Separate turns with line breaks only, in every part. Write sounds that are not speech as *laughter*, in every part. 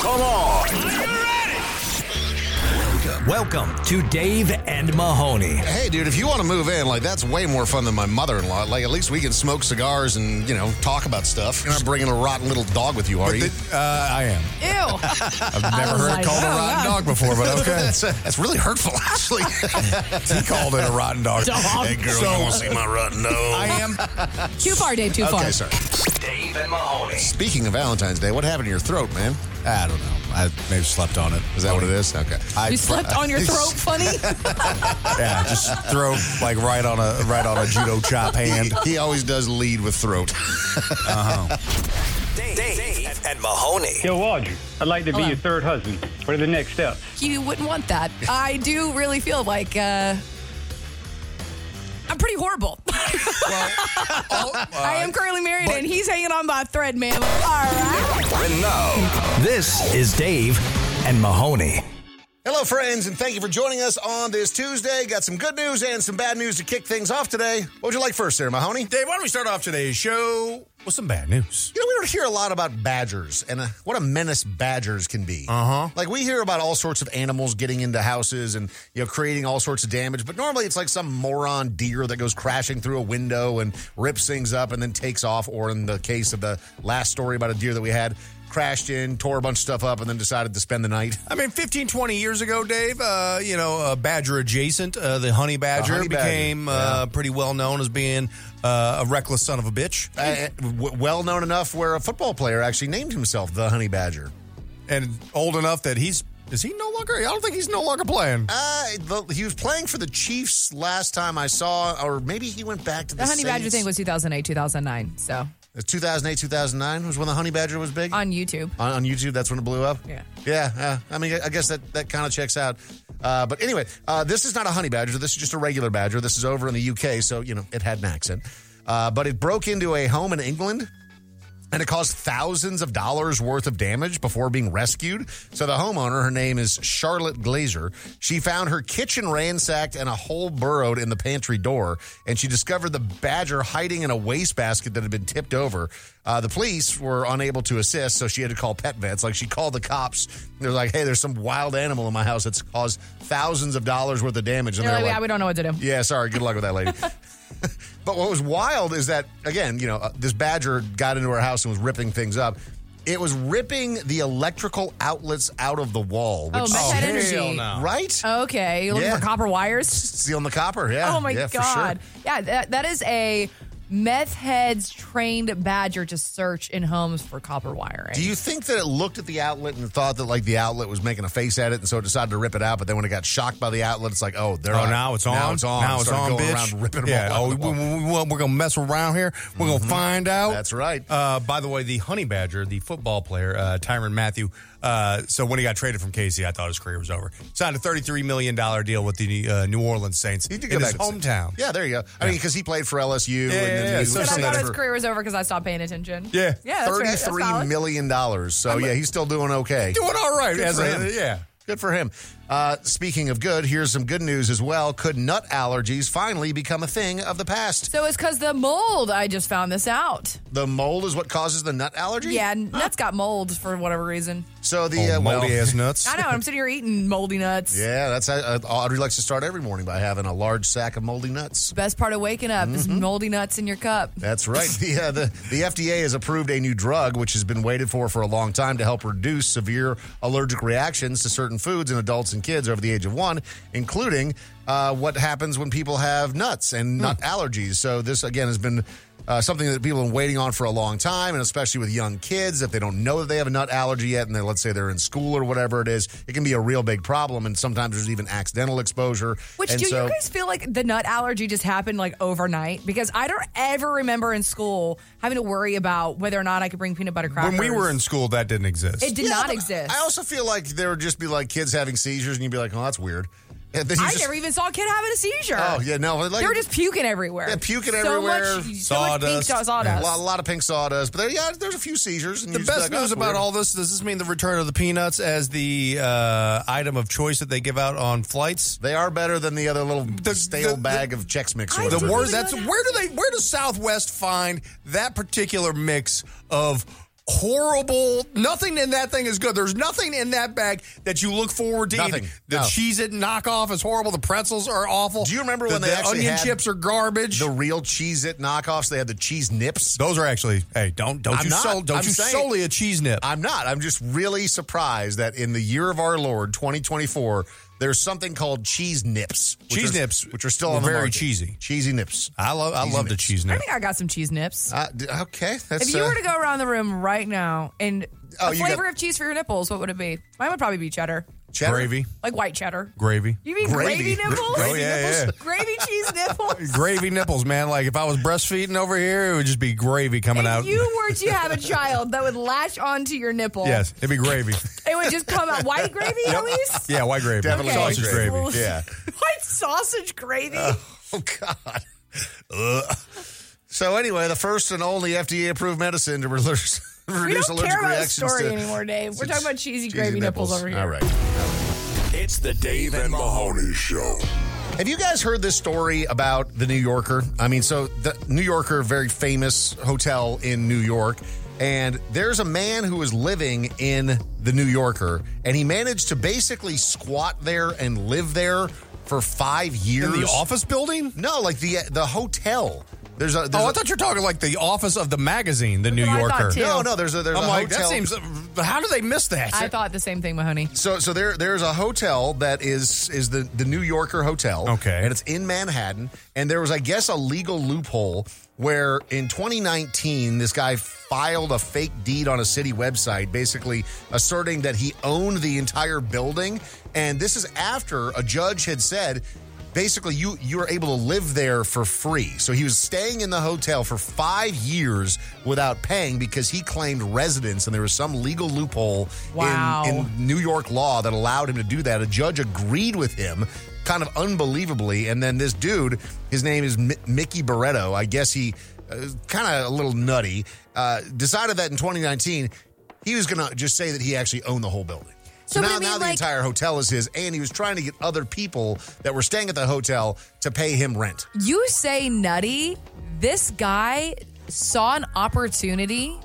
Come on. Welcome to Dave and Mahoney.
Hey, dude, if you want to move in, like that's way more fun than my mother-in-law. Like at least we can smoke cigars and you know talk about stuff. You're not bringing a rotten little dog with you, are
*laughs*
you?
Uh, I am.
Ew.
*laughs* I've never heard it called a rotten dog before, but okay.
"Oh, *laughs* that's, that's really hurtful, *laughs* actually.
he called it a rotten dog.
hey, girl,
So-
you want to see my rotten dog?
I am.
Too far, Dave. Too far.
Okay, sorry.
Dave and Mahoney.
Speaking of Valentine's Day, what happened to your throat, man?
I don't know. I maybe slept on it.
Is that what it is? Okay.
I
You slept on
*laughs*
*laughs*
your throat, funny.
Yeah, just throw like right on a right on a judo chop hand.
He always does lead with throat.
Dave, Dave and Mahoney.
Yo, Audrey, I'd like to be
Hello.
your third husband. What are the next steps?
you wouldn't want that. I do really feel like uh, I'm pretty horrible. *laughs*
oh, uh,
I am currently married, and he's hanging on by a thread, man. All right.
Renault. This is Dave and Mahoney.
Hello, friends, and thank you for joining us on this Tuesday. Got some good news and some bad news to kick things off today. What would you like first, Sarah Mahoney?
Dave, why don't we start off today's show with some bad news?
You know, we don't hear a lot about badgers and uh, what a menace badgers can be.
Uh-huh.
Uh huh. Like, we hear about all sorts of animals getting into houses and, you know, creating all sorts of damage, but normally it's like some moron deer that goes crashing through a window and rips things up and then takes off, or in the case of the last story about a deer that we had, crashed in, tore a bunch of stuff up, and then decided to spend the night. *laughs*
I mean, 15, 20 years ago, Dave, uh, you know, uh, badger adjacent, uh, the honey badger
honey badger,
became Uh, pretty well known as being uh, a reckless son of a bitch.
Uh, w- well known enough where a football player actually named himself the honey badger.
and old enough that he's is he no longer? I don't think he's no longer playing.
Uh, the, he was playing for the Chiefs last time I saw, or maybe he went back to the,
The honey badger
Saints.
thing was 2008, 2009. So
Uh, 2008, 2009 was when the honey badger was big.
on YouTube.
on, on YouTube, that's when it blew up.
Yeah.
yeah. uh, I mean, I- I guess that that kind of checks out. Uh, but anyway, uh, this is not a honey badger. This is just a regular badger. This is over in the UK, so you know it had an accent. Uh, but it broke into a home in England. And it caused thousands of dollars worth of damage before being rescued. So the homeowner, her name is Charlotte Glazer, she found her kitchen ransacked and a hole burrowed in the pantry door, and she discovered the badger hiding in a wastebasket that had been tipped over. Uh, the police were unable to assist, so she had to call pet vets. Like she called the cops. They're like, "Hey, there's some wild animal in my house that's caused thousands of dollars worth of damage." And
They're like,
they're
yeah, we don't know what to do.
yeah, sorry. Good luck with that
*laughs*
lady. but what was wild is that, again, you know, uh, this badger got into her house and was ripping things up. It was ripping the electrical outlets out of the wall, which
Oh, Met
Oh,
Head
hell
Energy.
no.
right?
Okay, you're looking
Yeah.
for copper wires.
See on the copper, yeah.
Oh my
yeah, for sure.
god! Yeah, that, that is a meth heads trained badger to search in homes for copper wiring.
Do you think that it looked at the outlet and thought that like the outlet was making a face at it, and so it decided to rip it out? But then when it got shocked by the outlet, it's like, oh, they're
Oh,
on.
now it's on.
Now it's on.
Now it's
Started
on,
going
bitch.
around ripping them
yeah.
all out
Oh,
of the
we,
wall.
are gonna mess around here. We're gonna find out.
That's right.
Uh, by the way, the honey badger, the football player, uh, Tyron Matthew. Uh, so when he got traded from KC, I thought his career was over. Signed a thirty-three million dollar deal with the uh, New Orleans Saints
He did
in
go
his
back to-
hometown.
Yeah, there you go. I mean, because he played for LSU. and
Yeah,
then
yeah,
he
yeah.
was
But I
So
thought
that's
his
for-
career was over because I stopped paying attention.
Yeah.
yeah, that's fair. That's
Thirty-three
solid.
million dollars. So yeah, he's still doing okay.
doing all right.
Good
as
for
a-
him.
yeah.
Good for him. Uh, speaking of good, here's some good news as well. Could nut allergies finally become a thing of the past?
So it's because the mold. I just found this out.
The mold is what causes the nut allergy.
Yeah, and nuts got mold for whatever reason.
So the
Oh,
uh, well,
moldy ass nuts.
*laughs* I know. I'm sitting here eating moldy
*laughs*
nuts.
yeah, that's how uh, Audrey likes to start every morning by having a large sack of moldy nuts.
Best part of waking up is
Mm-hmm.
moldy nuts in your cup.
That's right. The, uh, the the FDA has approved a new drug which has been waited for for a long time to help reduce severe allergic reactions to certain foods in adults and kids over the age of one,
Hmm.
including uh, what happens when people have nuts and nut allergies. So this again has been. uh, something that people have been waiting on for a long time, and especially with young kids, if they don't know that they have a nut allergy yet, and they let's say they're in school or whatever it is, it can be a real big problem. And sometimes there's even accidental exposure.
Which
and
do
so-
you guys feel like the nut allergy just happened like overnight? Because I don't ever remember in school having to worry about whether or not I could bring peanut butter crackers.
When we were in school, that didn't exist.
it did
Yeah,
not
but
exist.
I also feel like there would just be like kids having seizures, and you'd be like, "Oh, that's weird." And *laughs* then you
I
just-
never even saw a kid having a seizure.
Oh yeah, no, like
they were just puking everywhere.
Yeah, puking
so
everywhere,
Much, so much pink
sawdust.
a
sawdust.
lot, a lot of pink sawdust, but there, yeah, there's a few seizures. And
the
you're just
best
like, "Oh,
news
that's
about
weird."
all this does this mean the return of the peanuts as the uh, item of choice that they give out on flights?
They are better than the other little
The-
stale
the-
bag of Chex Mix. or
I
The
whatever.
didn't
word
really
that's
know that.
where do they where does Southwest find that particular mix of horrible nothing in that thing is good. There's nothing in that bag that you look forward to
Nothing.
eating. The
No.
cheese it knockoff is horrible, the pretzels are awful.
Do you remember
The-
when they
the
actually
onion
had
chips are garbage?
The real Cheez It knockoffs. They had the cheese nips.
Those are actually hey, don't don't
I'm
you
not.
sol- don't
I'm
you
saying-
solely a cheese nip.
I'm not. I'm just really surprised that in the year of our Lord 2024, there's something called cheese nips. which
Cheese
are-
nips
which are still
were
on the
very
market.
cheesy.
Cheesy nips.
I love I
Cheesy
love the
mix.
cheese
I
nip.
think I got some cheese nips.
Uh, d- okay, that's.
if you
uh,
were to go around the room right now and
Oh,
a
you
flavor
got-
of cheese for your nipples, what would it be? Mine would probably be cheddar,
cheddar-
Gravy,
like white cheddar.
gravy.
You mean
Gravy.
gravy, nipples?
Oh, yeah, yeah.
Gravy
*laughs*
cheese nipples.
gravy nipples, man. Like if I was breastfeeding over here, it would just be gravy coming out.
If you were to have a child that would latch onto your nipple,
yes, it'd be gravy.
it would just come out white gravy at least.
yeah, white gravy,
Definitely
Okay.
sausage
gravy.
gravy.
Yeah.
white sausage gravy.
Oh God. Ugh. So anyway, the first and only FDA-approved medicine to *laughs* reduce,
we
reduce
don't
allergic
care about the
reactions
story
to
anymore, Dave. We're talking about cheesy, gravy nipples. over here.
All right.
It's the Dave and Mahoney Show.
Have you guys heard this story about the New Yorker? I mean, so the New Yorker, very famous hotel in New York, and there's a man who is living in the New Yorker, and he managed to basically squat there and live there for five years.
In the office building?
No, like the the hotel. There's a. There's
Oh,
a-
I thought you were talking like the office of the magazine, the New
what I thought,
Yorker.
too.
No, no. There's a there's
I'm
a
like, that
hotel.
seems. How do they miss that?
I thought the same thing, Mahoney.
So, so there, there's a hotel that is is the the New Yorker hotel.
Okay.
and it's in Manhattan. And there was, I guess, a legal loophole where in 2019 this guy filed a fake deed on a city website, basically asserting that he owned the entire building. And this is after a judge had said. Basically, you you were able to live there for free. So he was staying in the hotel for five years without paying because he claimed residence, and there was some legal loophole
Wow.
in, in New York law that allowed him to do that. A judge agreed with him, kind of unbelievably. And then this dude, his name is Mi- Mickey Barretto. I guess he uh, kind of a little nutty. Uh, decided that in 2019 he was going to just say that he actually owned the whole building. So
So, but
now,
I mean,
now the
like-
entire hotel is his, and he was trying to get other people that were staying at the hotel to pay him rent.
You say nutty. This guy saw an opportunity,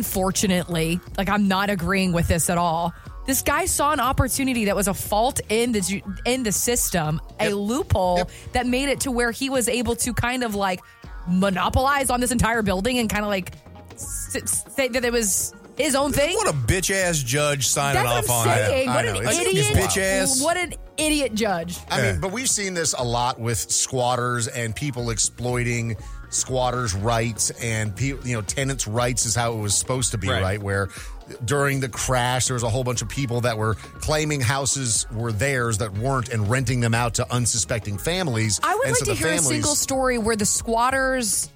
unfortunately. Like, I'm not agreeing with this at all. This guy saw an opportunity that was a fault in the ju- in the system, a loophole that made it to where he was able to kind of like monopolize on this entire building and kind of like s- s- say that it was his own thing.
What a bitch ass judge signing
That's what
off on
I'm saying.
that.
What
know.
an
It's-
idiot!
it's
bitch ass.
What an idiot judge.
I
Yeah.
mean, but we've seen this a lot with squatters and people exploiting squatters' rights and people, you know, tenants' rights is how it was supposed to be, right?
Right.
Where during the crash, there was a whole bunch of people that were claiming houses were theirs that weren't and renting them out to unsuspecting families.
I would
And
like
so
to
the
hear a single
families-
story where the squatters'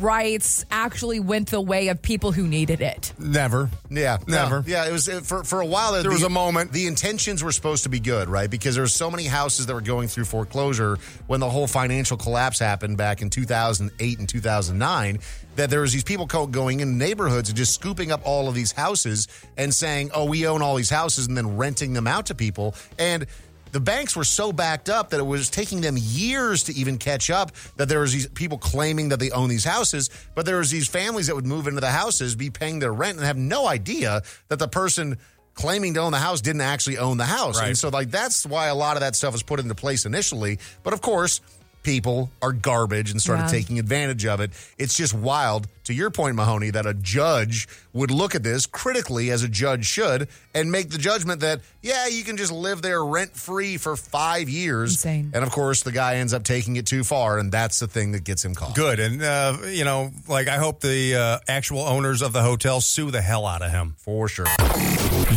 rights actually went the way of people who needed it.
Never.
Yeah, no,
Never.
yeah, it was it, for for a while. There
was a moment.
the intentions were supposed to be good, right? Because there were so many houses that were going through foreclosure when the whole financial collapse happened back in 2008 and 2009. That there was these people co- going in neighborhoods and just scooping up all of these houses and saying, "Oh, we own all these houses," and then renting them out to people and. The banks were so backed up that it was taking them years to even catch up. That there was these people claiming that they own these houses, but there was these families that would move into the houses, be paying their rent, and have no idea that the person claiming to own the house didn't actually own the house. And
Right.
so, like, that's why a lot of that stuff was put into place initially. But of course, people are garbage and started
Yeah.
taking advantage of it. It's just wild, to your point, Mahoney, that a judge would look at this critically as a judge should and make the judgment that, yeah, you can just live there rent free for five years.
Insane.
And of course, the guy ends up taking it too far, and that's the thing that gets him caught.
Good. And, uh, you know, like, I hope the uh, actual owners of the hotel sue the hell out of him.
For sure.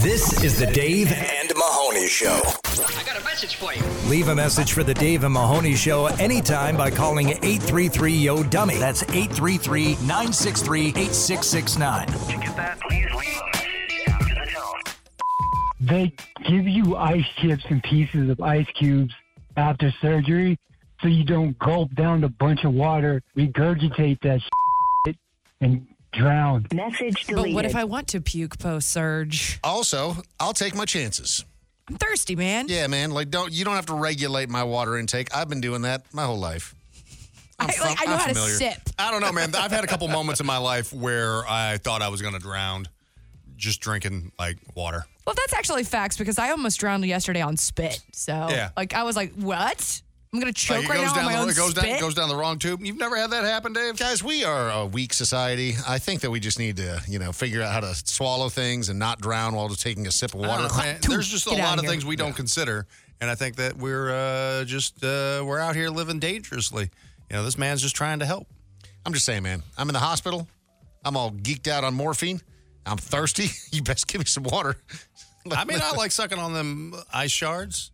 This is the Dave and Mahoney Show.
I got a message for you.
Leave a message for the Dave and Mahoney Show anytime by calling 833 Yo Dummy. That's 833 963 8669.
To get that, please leave a message after the tone.
they give you ice chips and pieces of ice cubes after surgery so you don't gulp down a bunch of water, regurgitate that shit, and drown.
Message
But
deleted.
what if I want to puke post surge?
Also, I'll take my chances.
I'm thirsty, man.
Yeah, man. Like, don't you don't have to regulate my water intake. I've been doing that my whole life.
I,
I'm
like, I know
I'm
how to
familiar.
sip.
I don't know, man. I've had a couple moments in my life where I thought I was going to drown just drinking, like, water.
Well, that's actually facts because I almost drowned yesterday on spit. So,
Yeah.
like, I was like, what? I'm going to choke
Like,
right now on my
the,
own
it goes
spit.
down, it goes down the wrong tube. You've never had that happen, Dave?
Guys, we are a weak society. I think that we just need to, you know, figure out how to swallow things and not drown while just taking a sip of
I
water.
don't
*laughs*
know, man. There's just a
Get
lot
outta
of
here.
things we don't consider, and I think that we're uh, just uh, we're out here living dangerously. You know, this man's just trying to help.
I'm just saying, man. I'm in the hospital. I'm all geeked out on morphine. I'm thirsty. *laughs* You best give me some water.
*laughs* I mean, I like sucking on them ice shards.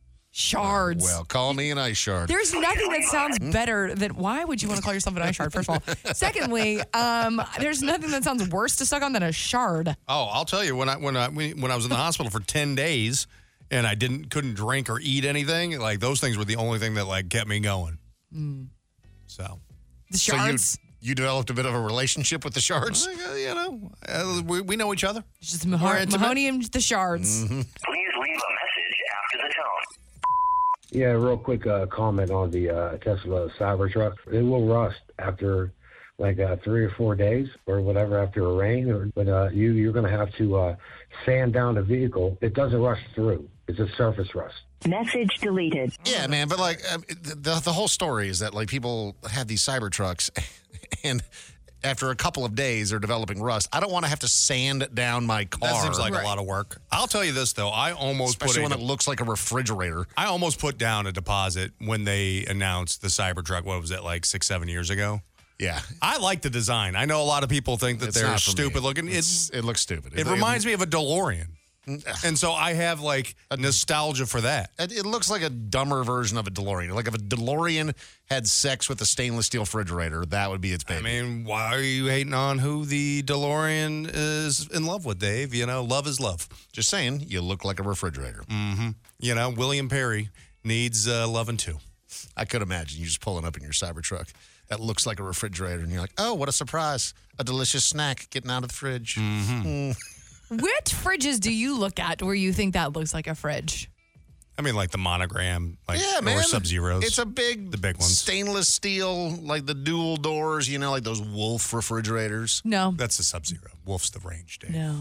*laughs*
Shards.
Well, call me an ice shard.
There's nothing that sounds better than why would you want to call yourself an eye shard? First of
*laughs*
all, secondly, um, there's nothing that sounds worse to suck on than a shard.
Oh, I'll tell you when I when I when I was in the hospital for ten days and I didn't couldn't drink or eat anything. Like those things were the only thing that like kept me going. Mm. So.
The
so you,
shards,
you developed a bit of a relationship with the shards?
like, uh, You know, uh, we, we know each other.
It's just Mahar-
intimate.
Mahoney and the shards.
Mm-hmm.
Please leave a message after the tone.
Yeah, real quick uh, comment on the uh, Tesla Cybertruck. It will rust after like uh, three or four days or whatever after a rain. Or, but uh, you you're going to have to uh, sand down the vehicle. It doesn't rust through. It's a surface rust.
Message deleted.
Yeah, man, but like um, the the whole story is that like people had these Cybertrucks, *laughs* and after a couple of days they're developing rust. I don't want to have to sand down my car.
That seems like a lot of work. I'll tell you this though, I almost put
especially
a
one that looks like a refrigerator.
I almost put down a deposit when they announced the Cybertruck. What was it like six, seven years ago?
Yeah,
I like the design. I know a lot of people think that
It's
they're
not for me.
stupid looking.
It's-
It's,
it looks stupid.
it reminds me of a DeLorean, and so I have like a nostalgia for that.
It, it looks like a dumber version of a DeLorean. Like if a DeLorean had sex with a stainless steel refrigerator, that would be its baby.
I mean, why are you hating on who the DeLorean is in love with, Dave? You know, love is love.
Just saying, you look like a refrigerator.
You know, William Perry Mm-hmm. needs uh, loving too.
I could imagine you just pulling up in your Cybertruck that looks like a refrigerator, and you're like, "Oh, what a surprise! A delicious snack getting out of the fridge."
Mm-hmm.
Mm.
Which fridges do you look at where you think that looks like a fridge?
I mean, like the monogram, like
Yeah, man.
or Sub Zeros.
It's a big,
The big ones.
stainless steel, like the dual doors. You know, like those Wolf refrigerators.
No,
that's a Sub Zero. Wolf's the range, Dave.
no,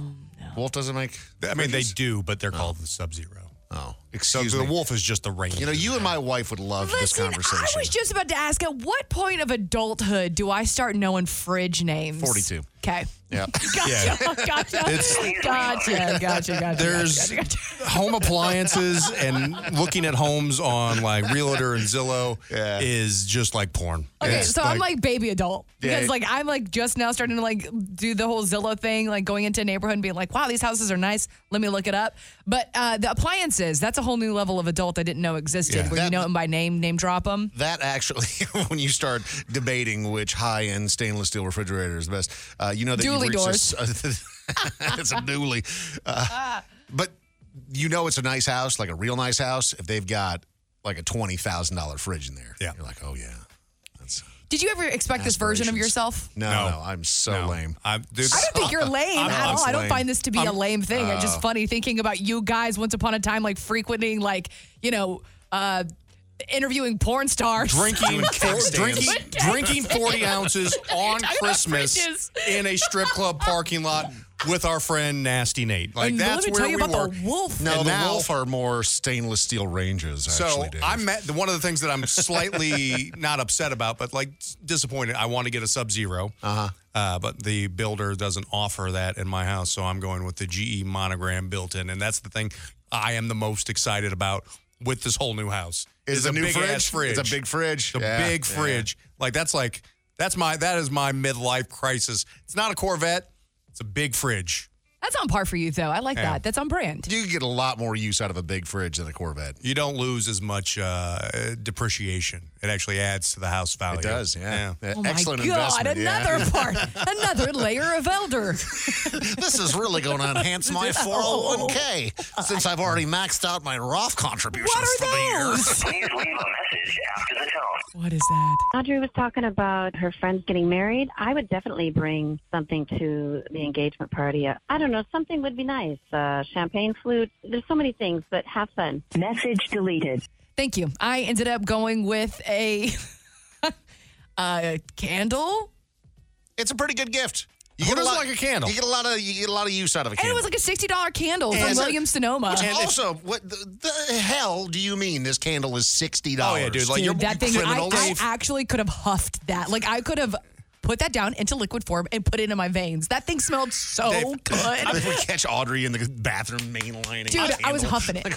no.
Wolf doesn't make.
I mean, they
fridges?
do, but they're called the Sub Zero.
Oh,
So
excuse
the
me.
wolf is just the range.
You know, you and my wife would love this
Listen,
conversation.
I was just about to ask. At what point of adulthood do I start knowing fridge names?
42.
Okay.
yeah.
*laughs* Gotcha. Gotcha. gotcha. Gotcha. Gotcha.
there's *laughs* home appliances and looking at homes on like Realtor and Zillow
Yeah.
is just like porn.
Okay,
It's
so I'm like baby adult because
Yeah.
like I'm like just now starting to like do the whole Zillow thing, like going into a neighborhood and being like, wow, these houses are nice. Let me look it up. But uh, the appliances, that's a whole new level of adult I didn't know existed
Yeah.
where you
That-
know them by name, name drop them.
That actually, *laughs* when you start debating which high-end stainless steel refrigerator is the best, uh, you know that
Dually
you've reached A, *laughs* it's a dually, Uh, but you know it's a nice house, like a real nice house, if they've got like a twenty thousand dollar fridge in there.
Yeah.
you're like, oh yeah.
Did you ever expect this version of yourself?
No,
No.
no, I'm so
no.
lame.
I, dude,
I don't think
*laughs*
you're lame
I'm
at
not Oh. uh,
all. I don't
lame.
find this to be a lame thing. it's just funny thinking about you guys once upon a time, like frequenting, like, you know, uh, interviewing porn stars. *laughs*
Drinking, four,
stands.
drinking, drinking 40 ounces on
Talking about
Christmas
fridges.
in a strip club parking lot with our friend Nasty Nate. Like
And let
that's
me
where
tell you
we
about
were.
the wolf.
No,
And
the
now-
Wolf are more stainless steel ranges.
So uh,
Actually, Dave.
I'm at the, one of the things that I'm slightly *laughs* not upset about, but like disappointed. I want to get a Sub Zero, uh-huh. but the builder doesn't offer that in my house, so I'm going with the GE monogram built in, and that's the thing I am the most excited about with this whole new house.
Is the new
big
fridge?
ass fridge.
It's a big fridge.
It's a
Yeah,
big
yeah.
fridge. Like that's like that's my that is my midlife crisis. It's not a Corvette. It's a big fridge.
That's on par for you, though. I like
Yeah.
that. That's on brand.
you get a lot more use out of a big fridge than a Corvette.
You don't lose as much uh, depreciation. It actually adds to the house value.
It does, yeah.
E,
Oh
Excellent
my God!
investment. yeah. *laughs*
Another
*laughs*
part, another layer of elder. *laughs*
this is really going to enhance
*laughs* Oh.
my 401k since I've already maxed out my Roth contributions
What
for the
are
year.
those?
Please leave a message after the tone.
What is that?
Audrey was talking about her friends getting married. I would definitely bring something to the engagement party. Uh, I don't know, something would be nice. Uh, champagne flute. There's so many things, but have fun.
Message deleted.
Thank you. I ended up going with a, a Uh, candle,
*laughs* It's a pretty good gift. You
Who
get a
doesn't
lot-
like a candle?
You get a lot of you get a lot of use out of a
and
candle.
it was like a sixty dollar candle
And
from
it's-
William Sonoma.
Which also, what the, the hell do you mean this candle is sixty
Oh
dollars?
yeah, dude. Like
Dude,
you're
that thing, I,
criminals.
I actually could have huffed that. Like I could have put that down into liquid form and put it in my veins. That thing smelled so
Dave,
good.
If we catch Audrey in the bathroom mainlining.
Dude,
a *laughs*
I was
candle.
huffing it.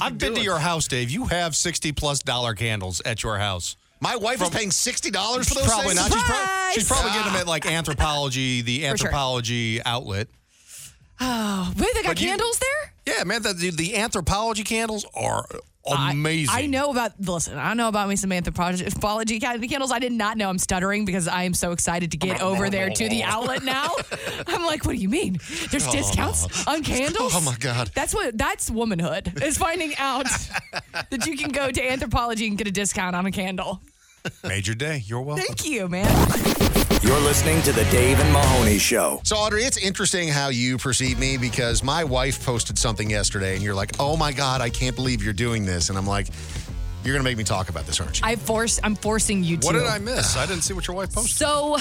I've been to your house, Dave. You have sixty plus dollar candles at your house.
My wife is paying sixty dollars for those.
Probably
things?
not. She's, prob-
Surprise!
she's probably getting them at like anthropology, the
sure.
anthropology outlet.
*sighs* Wait, they got
But you-
candles there?
Yeah, man. The, the, the anthropology candles are
I-
amazing.
I, know about listen. I know about me some anthropology ca- candles. I did not know. I'm stuttering because I am so excited to get over there to the outlet
*laughs*
now. I'm like, what do you mean?
Oh.
There's discounts on candles.
Oh, my God.
That's what that's womanhood is finding
*laughs*
out that you can go to anthropology and get a discount on a candle.
*laughs*
Major day. You're welcome.
Thank you, man.
You're listening to The Dave and Mahoney Show.
So Audrey, it's interesting how you perceive me because my wife posted something yesterday, and you're like, "Oh my God, I can't believe you're doing this," and I'm like, "You're gonna make me talk about this, aren't you?"
I force. I'm forcing you to.
What did I miss? I didn't see what your wife posted.
So,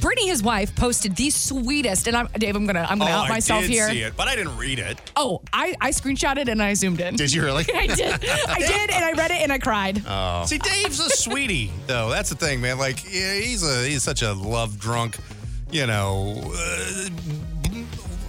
Brittany, his wife, posted the sweetest. And I'm Dave. I'm gonna. I'm gonna out myself
Oh, I did
here.
see it, but I didn't read it.
Oh, I I screenshotted and I zoomed in.
Did you really?
*laughs* I did. I did, and I read it and I cried.
See, Dave's a *laughs* sweetie, though. That's the thing, man. Like, yeah, he's a he's such a love drunk. You know, uh,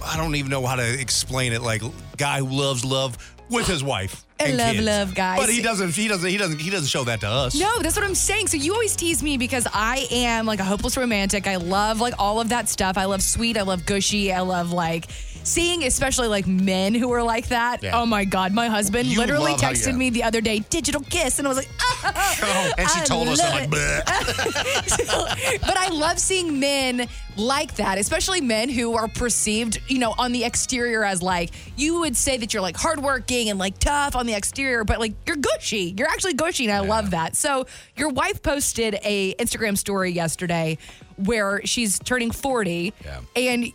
I don't even know how to explain it. Like, guy who loves love with his
*gasps*
wife.
I
and
love
kids.
love, guys.
But he doesn't. He doesn't. He doesn't. He doesn't show that to us.
no, that's what I'm saying. So you always tease me because I am like a hopeless romantic. I love like all of that stuff. I love sweet. I love gushy. I love like seeing, especially like men who are like that.
Yeah.
Oh my god, my husband
You
literally
love how-
texted
yeah.
me the other day, digital kiss, and I was like, oh,
and she
I
told us,
love
I'm like,
it.
"Bleh."
but I love seeing men like that, especially men who are perceived, you know, on the exterior as like you would say that you're like hardworking and like tough on the exterior, but like you're gushy. You're actually gushy, and I love that. So your wife posted a Instagram story yesterday where she's turning forty, and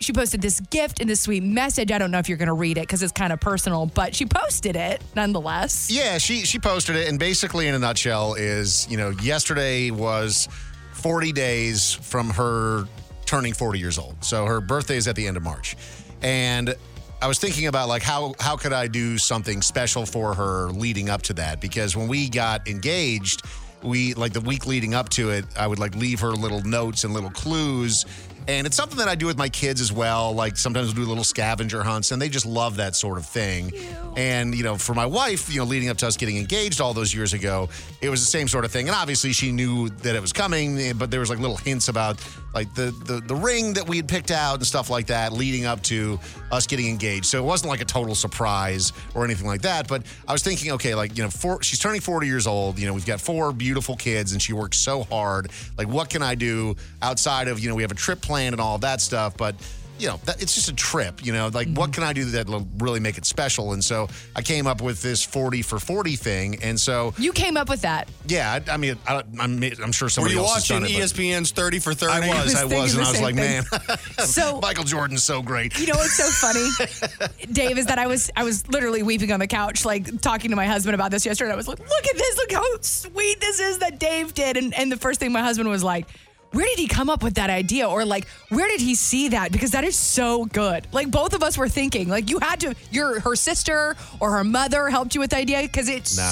she posted this gift and this sweet message. I don't know if you're going to read it because it's kind of personal, but she posted it nonetheless.
Yeah, she she posted it, and basically, in a nutshell, is you know, yesterday was 40 days from her turning 40 years old. So her birthday is at the end of March, and I was thinking about like how how could I do something special for her leading up to that? Because when we got engaged. We like the week leading up to it, I would like leave her little notes and little clues. And it's something that I do with my kids as well. Like sometimes we'll do little scavenger hunts, and they just love that sort of thing. And, you know, for my wife, you know, leading up to us getting engaged all those years ago, it was the same sort of thing. And obviously she knew that it was coming, eh, but there was like little hints about like the the, the ring that we had picked out and stuff like that leading up to us getting engaged. So it wasn't like a total surprise or anything like that. But I was thinking, okay, like, you know, four, she's turning 40 years old. You know, we've got four beautiful kids and she worked so hard. Like, what can I do outside of, you know, we have a trip planned and all that stuff, but you know, that, it's just a trip. You know, like
Mm-hmm.
what can I do that'll really make it special? And so I came up with this forty for forty thing. And so,
You came up with that.
yeah, I, I mean, I, I'm, I'm sure
Were
somebody
you
else
watching E
has done it. but-
ESPN's Thirty for Thirty?
I was,
was
I
thinking
was, and
the
I was
same
like,
thing.
*laughs* man,
So
Michael Jordan's so great.
You know what's so funny, Dave, is that I was I was literally weeping on the couch, like talking to my husband about this yesterday. I was like, "Look at this! Look how sweet this is that Dave did!" And and the first thing my husband was like, where did he come up with that idea? Or like, where did he see that? Because that is so good. Like, both of us were thinking, like, you had to, your her sister or her mother helped you with the idea because it's
No.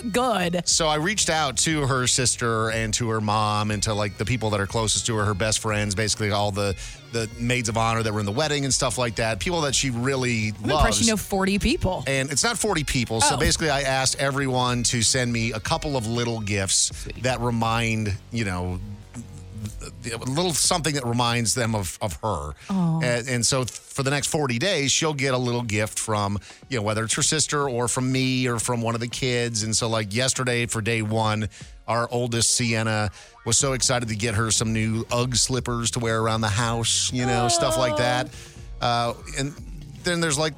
so good.
So I reached out to her sister and to her mom and to like the people that are closest to her, her best friends, basically all the the maids of honor that were in the wedding and stuff like that, people that she really
I'm impressed
loves.
you know 40 people.
and it's not 40 people. So
Oh.
basically, I asked everyone to send me a couple of little gifts that remind, you know, a little something that reminds them of, of her.
Aw.
And, and so for the next 40 days, she'll get a little gift from, you know, whether it's her sister or from me or from one of the kids. And so, like yesterday for day one, our oldest Sienna was so excited to get her some new Ugg slippers to wear around the house, you know, stuff like that. Uh, and then there's like,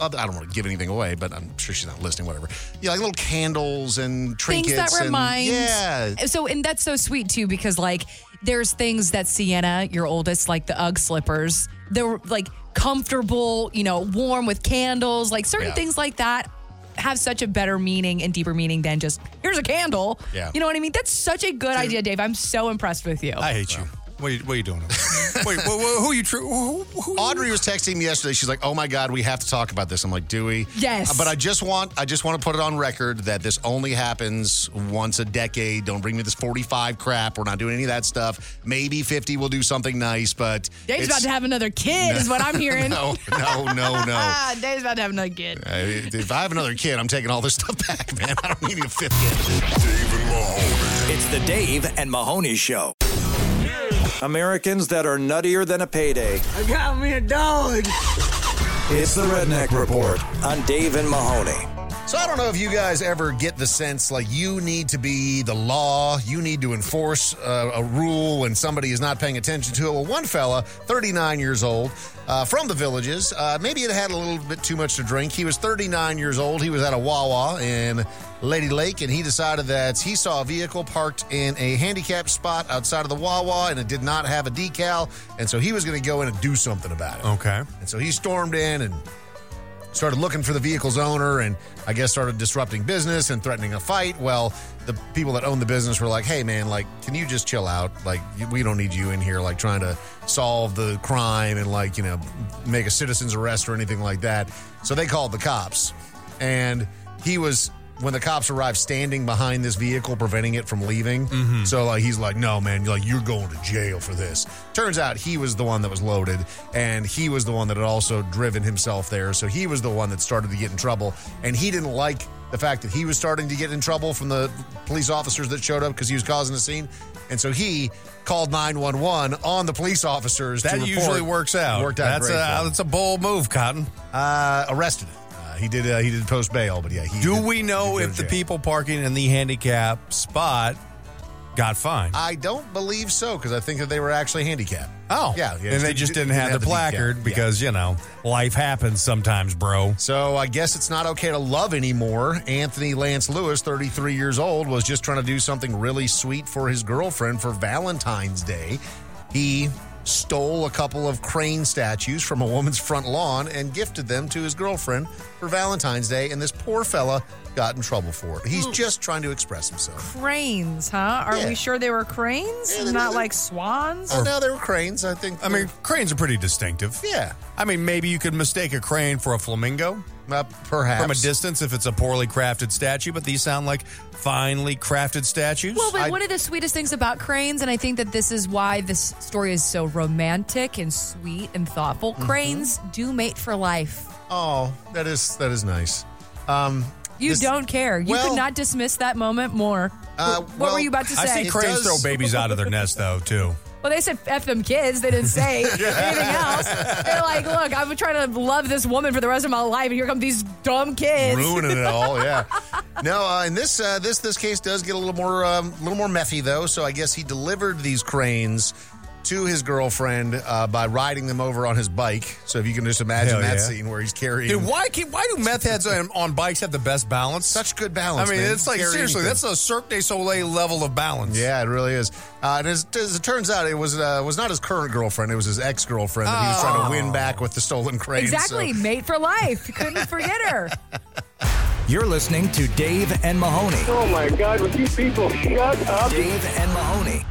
other- I don't want to give anything away, but I'm sure she's not listening, whatever. Yeah, like little candles and trinkets.
things that
and-
remind
yeah.
so and that's so sweet too because like there's things that sienna your oldest like the ugg slippers they're like comfortable you know warm with candles like certain
Yeah.
things like that have such a better meaning and deeper meaning than just here's a candle
Yeah.
you know what i mean that's such a good idea dave i'm so impressed with you
I hate you. What are you, what are you doing? over there? *laughs* Wait, wh- wh- who you? Tr- who, who
Audrey was texting me yesterday. She's like, "Oh my god, we have to talk about this." I'm like, "Do we?"
Yes.
Uh, But I just want, I just want to put it on record that this only happens once a decade. Don't bring me this 45 crap. We're not doing any of that stuff. Maybe 50 will do something nice, but
dave's
it's-
about to have another kid is what i'm
*laughs*
hearing
No, no, no, no. Uh,
*laughs* dave's about to have another kid
if I have another kid, I'm taking all this *laughs* stuff back, man. I don't need a fifth kid.
It's the Dave and Mahoney Show. Americans that are nuttier than a payday.
I got me a dog.
It's the Redneck Report on Dave and Mahoney.
So I don't know if you guys ever get the sense like you need to be the law, you need to enforce uh, a rule when somebody is not paying attention to it. Well, one fella, 39 years old, uh, from the villages, uh, maybe it had a little bit too much to drink. He was 39 years old. He was at a Wawa in Lady Lake, and he decided that he saw a vehicle parked in a handicapped spot outside of the Wawa, and it did not have a decal, and so he was going to go in and do something about it.
Okay.
And so he stormed in and started looking for the vehicle's owner and I guess started disrupting business and threatening a fight. Well, the people that own the business were like, hey, man, like, can you just chill out? Like, we don't need you in here, like, trying to solve the crime and, like, you know, make a citizen's arrest or anything like that. So they called the cops. And he was, when the cops arrived, standing behind this vehicle, preventing it from leaving.
Mm-hmm.
So, like, he's like, no, man, like, you're going to jail for this. Turns out he was the one that was loaded, and he was the one that had also driven himself there. So he was the one that started to get in trouble, and he didn't like the fact that he was starting to get in trouble from the police officers that showed up because he was causing a scene. And so he called 911 on the police officers.
That
to report.
usually works out.
Worked out
That's
great.
a
for him.
that's a bold move, Cotton.
Uh, arrested. Uh, he did. Uh, he did post bail, but yeah. He
Do
did-
we know
he did go
if
to
the
jail.
people parking in the handicap spot got fined?
I don't believe so because I think that they were actually handicapped.
Oh,
yeah, uh, yeah,
and they just didn't have the
decal.
placard
Yeah.
because you know life happens sometimes, bro.
So I guess it's not okay to love anymore. Anthony Lance Lewis, 33 years old, was just trying to do something really sweet for his girlfriend for Valentine's Day. He stole a couple of crane statues from a woman's front lawn and gifted them to his girlfriend for Valentine's Day. And this poor fella got in trouble for it. He's just trying to express himself.
cranes huh are we sure they were cranes not like swans
Oh, no, they were cranes. I think.
I mean, cranes are pretty distinctive.
Yeah.
I mean, maybe you could mistake a crane for a flamingo.
perhaps.
From a distance, if it's a poorly crafted statue, but these sound like finely crafted statues.
Well, but one of the sweetest things about cranes, and I think that this is why this story is so romantic and sweet and thoughtful.
Mm-hmm.
Cranes do mate for life.
Oh, that is that is nice. Um,
You
this-
don't care. You
well-
could not dismiss that moment more.
Uh,
Wh- what
well,
were you about to say?
I see cranes throw babies out of their nest, though, too.
Well, they said F them kids. They
*laughs*
didn't say anything else. They're like, look, I'm trying to love this woman for the rest of my life, and here come these dumb kids.
ruining it all.
*laughs*
Yeah. No, uh, and this uh, this this case does get a little more um, a little more methy though. So I guess he delivered these cranes to his girlfriend uh, by riding them over on his bike. So if you can just imagine
Hell
that
yeah.
scene where he's carrying.
Dude, why can why do meth heads on, on bikes have the best balance?
Such good
I
balance.
mean,
man.
it's like
Carry
seriously,
anything.
that's a Cirque du Soleil level of balance.
Yeah, it really is. Uh, and as, as it turns out, it was uh, was not his current girlfriend; it was his ex girlfriend that he was trying to
Oh.
win back with the stolen crane.
Exactly, mate for life. You couldn't forget her.
You're listening to Dave and Mahoney.
Oh my God! Would you people shut up?
Dave and Mahoney.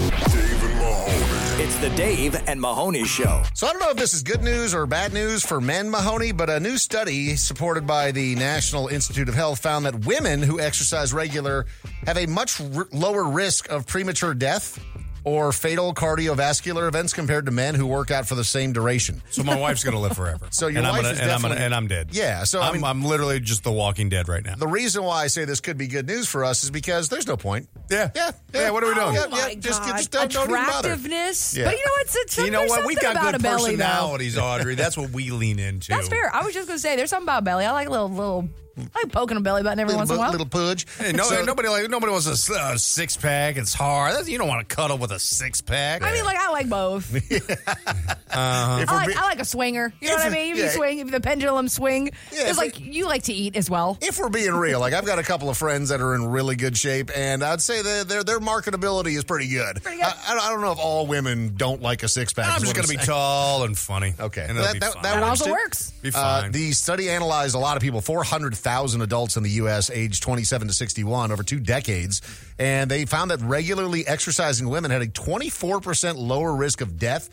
Dave and
It's the Dave and Mahoney Show.
So I don't know if this is good news or bad news for men, Mahoney, but a new study supported by the National Institute of Health found that women who exercise regular have a much r- lower risk of premature death or fatal cardiovascular events compared to men who work out for the same duration.
So
*laughs*
my wife's gonna live forever.
So your
and
wife
I'm gonna,
is
and I'm gonna,
definitely-
and I'm dead.
Yeah, so I
I'm,
mean-
I'm literally just the Walking Dead right now.
The reason why I say this could be good news for us is because there's no point.
Yeah,
Yeah, *laughs* yeah. what are we doing?
Oh
Yeah,
my
yeah, just,
God.
just don't, don't even bother.
Attractiveness.
Yeah.
But you know what? It's, it's,
you know
there's
what? We
something
got
about
good
a belly, though.
personalities, Audrey. That's what we lean
*laughs*
into.
That's fair. I was just gonna say there's something about a belly. I like little little. I like poking a belly button every
Little,
once in a
bu-
while.
little pudge.
Hey, *laughs* no,
So-
nobody like nobody wants a s- a six pack. It's hard. That's, you don't want to cuddle with a six pack.
I mean, like I like both.
Uh-huh.
Uh-huh.
I like, I like a swinger. You know
If
what I
we-
mean? If
yeah.
you swing, if the pendulum swing,
if
it's like you like to eat as well.
if we're being real, like I've got a couple of friends that are in really good shape, and I'd say that their their marketability is pretty good.
Pretty good.
I, I don't know if all women don't like a six pack.
I'm just gonna be tall and funny.
Okay.
and it'll
That-
be
that-
fine.
that
That
works
also
too.
works.
be
Uh,
fine.
the study analyzed a lot of people, 400,000 adults in the U.S., aged 27 to 61, over two decades. And they found that regularly exercising women had a 24% lower risk of death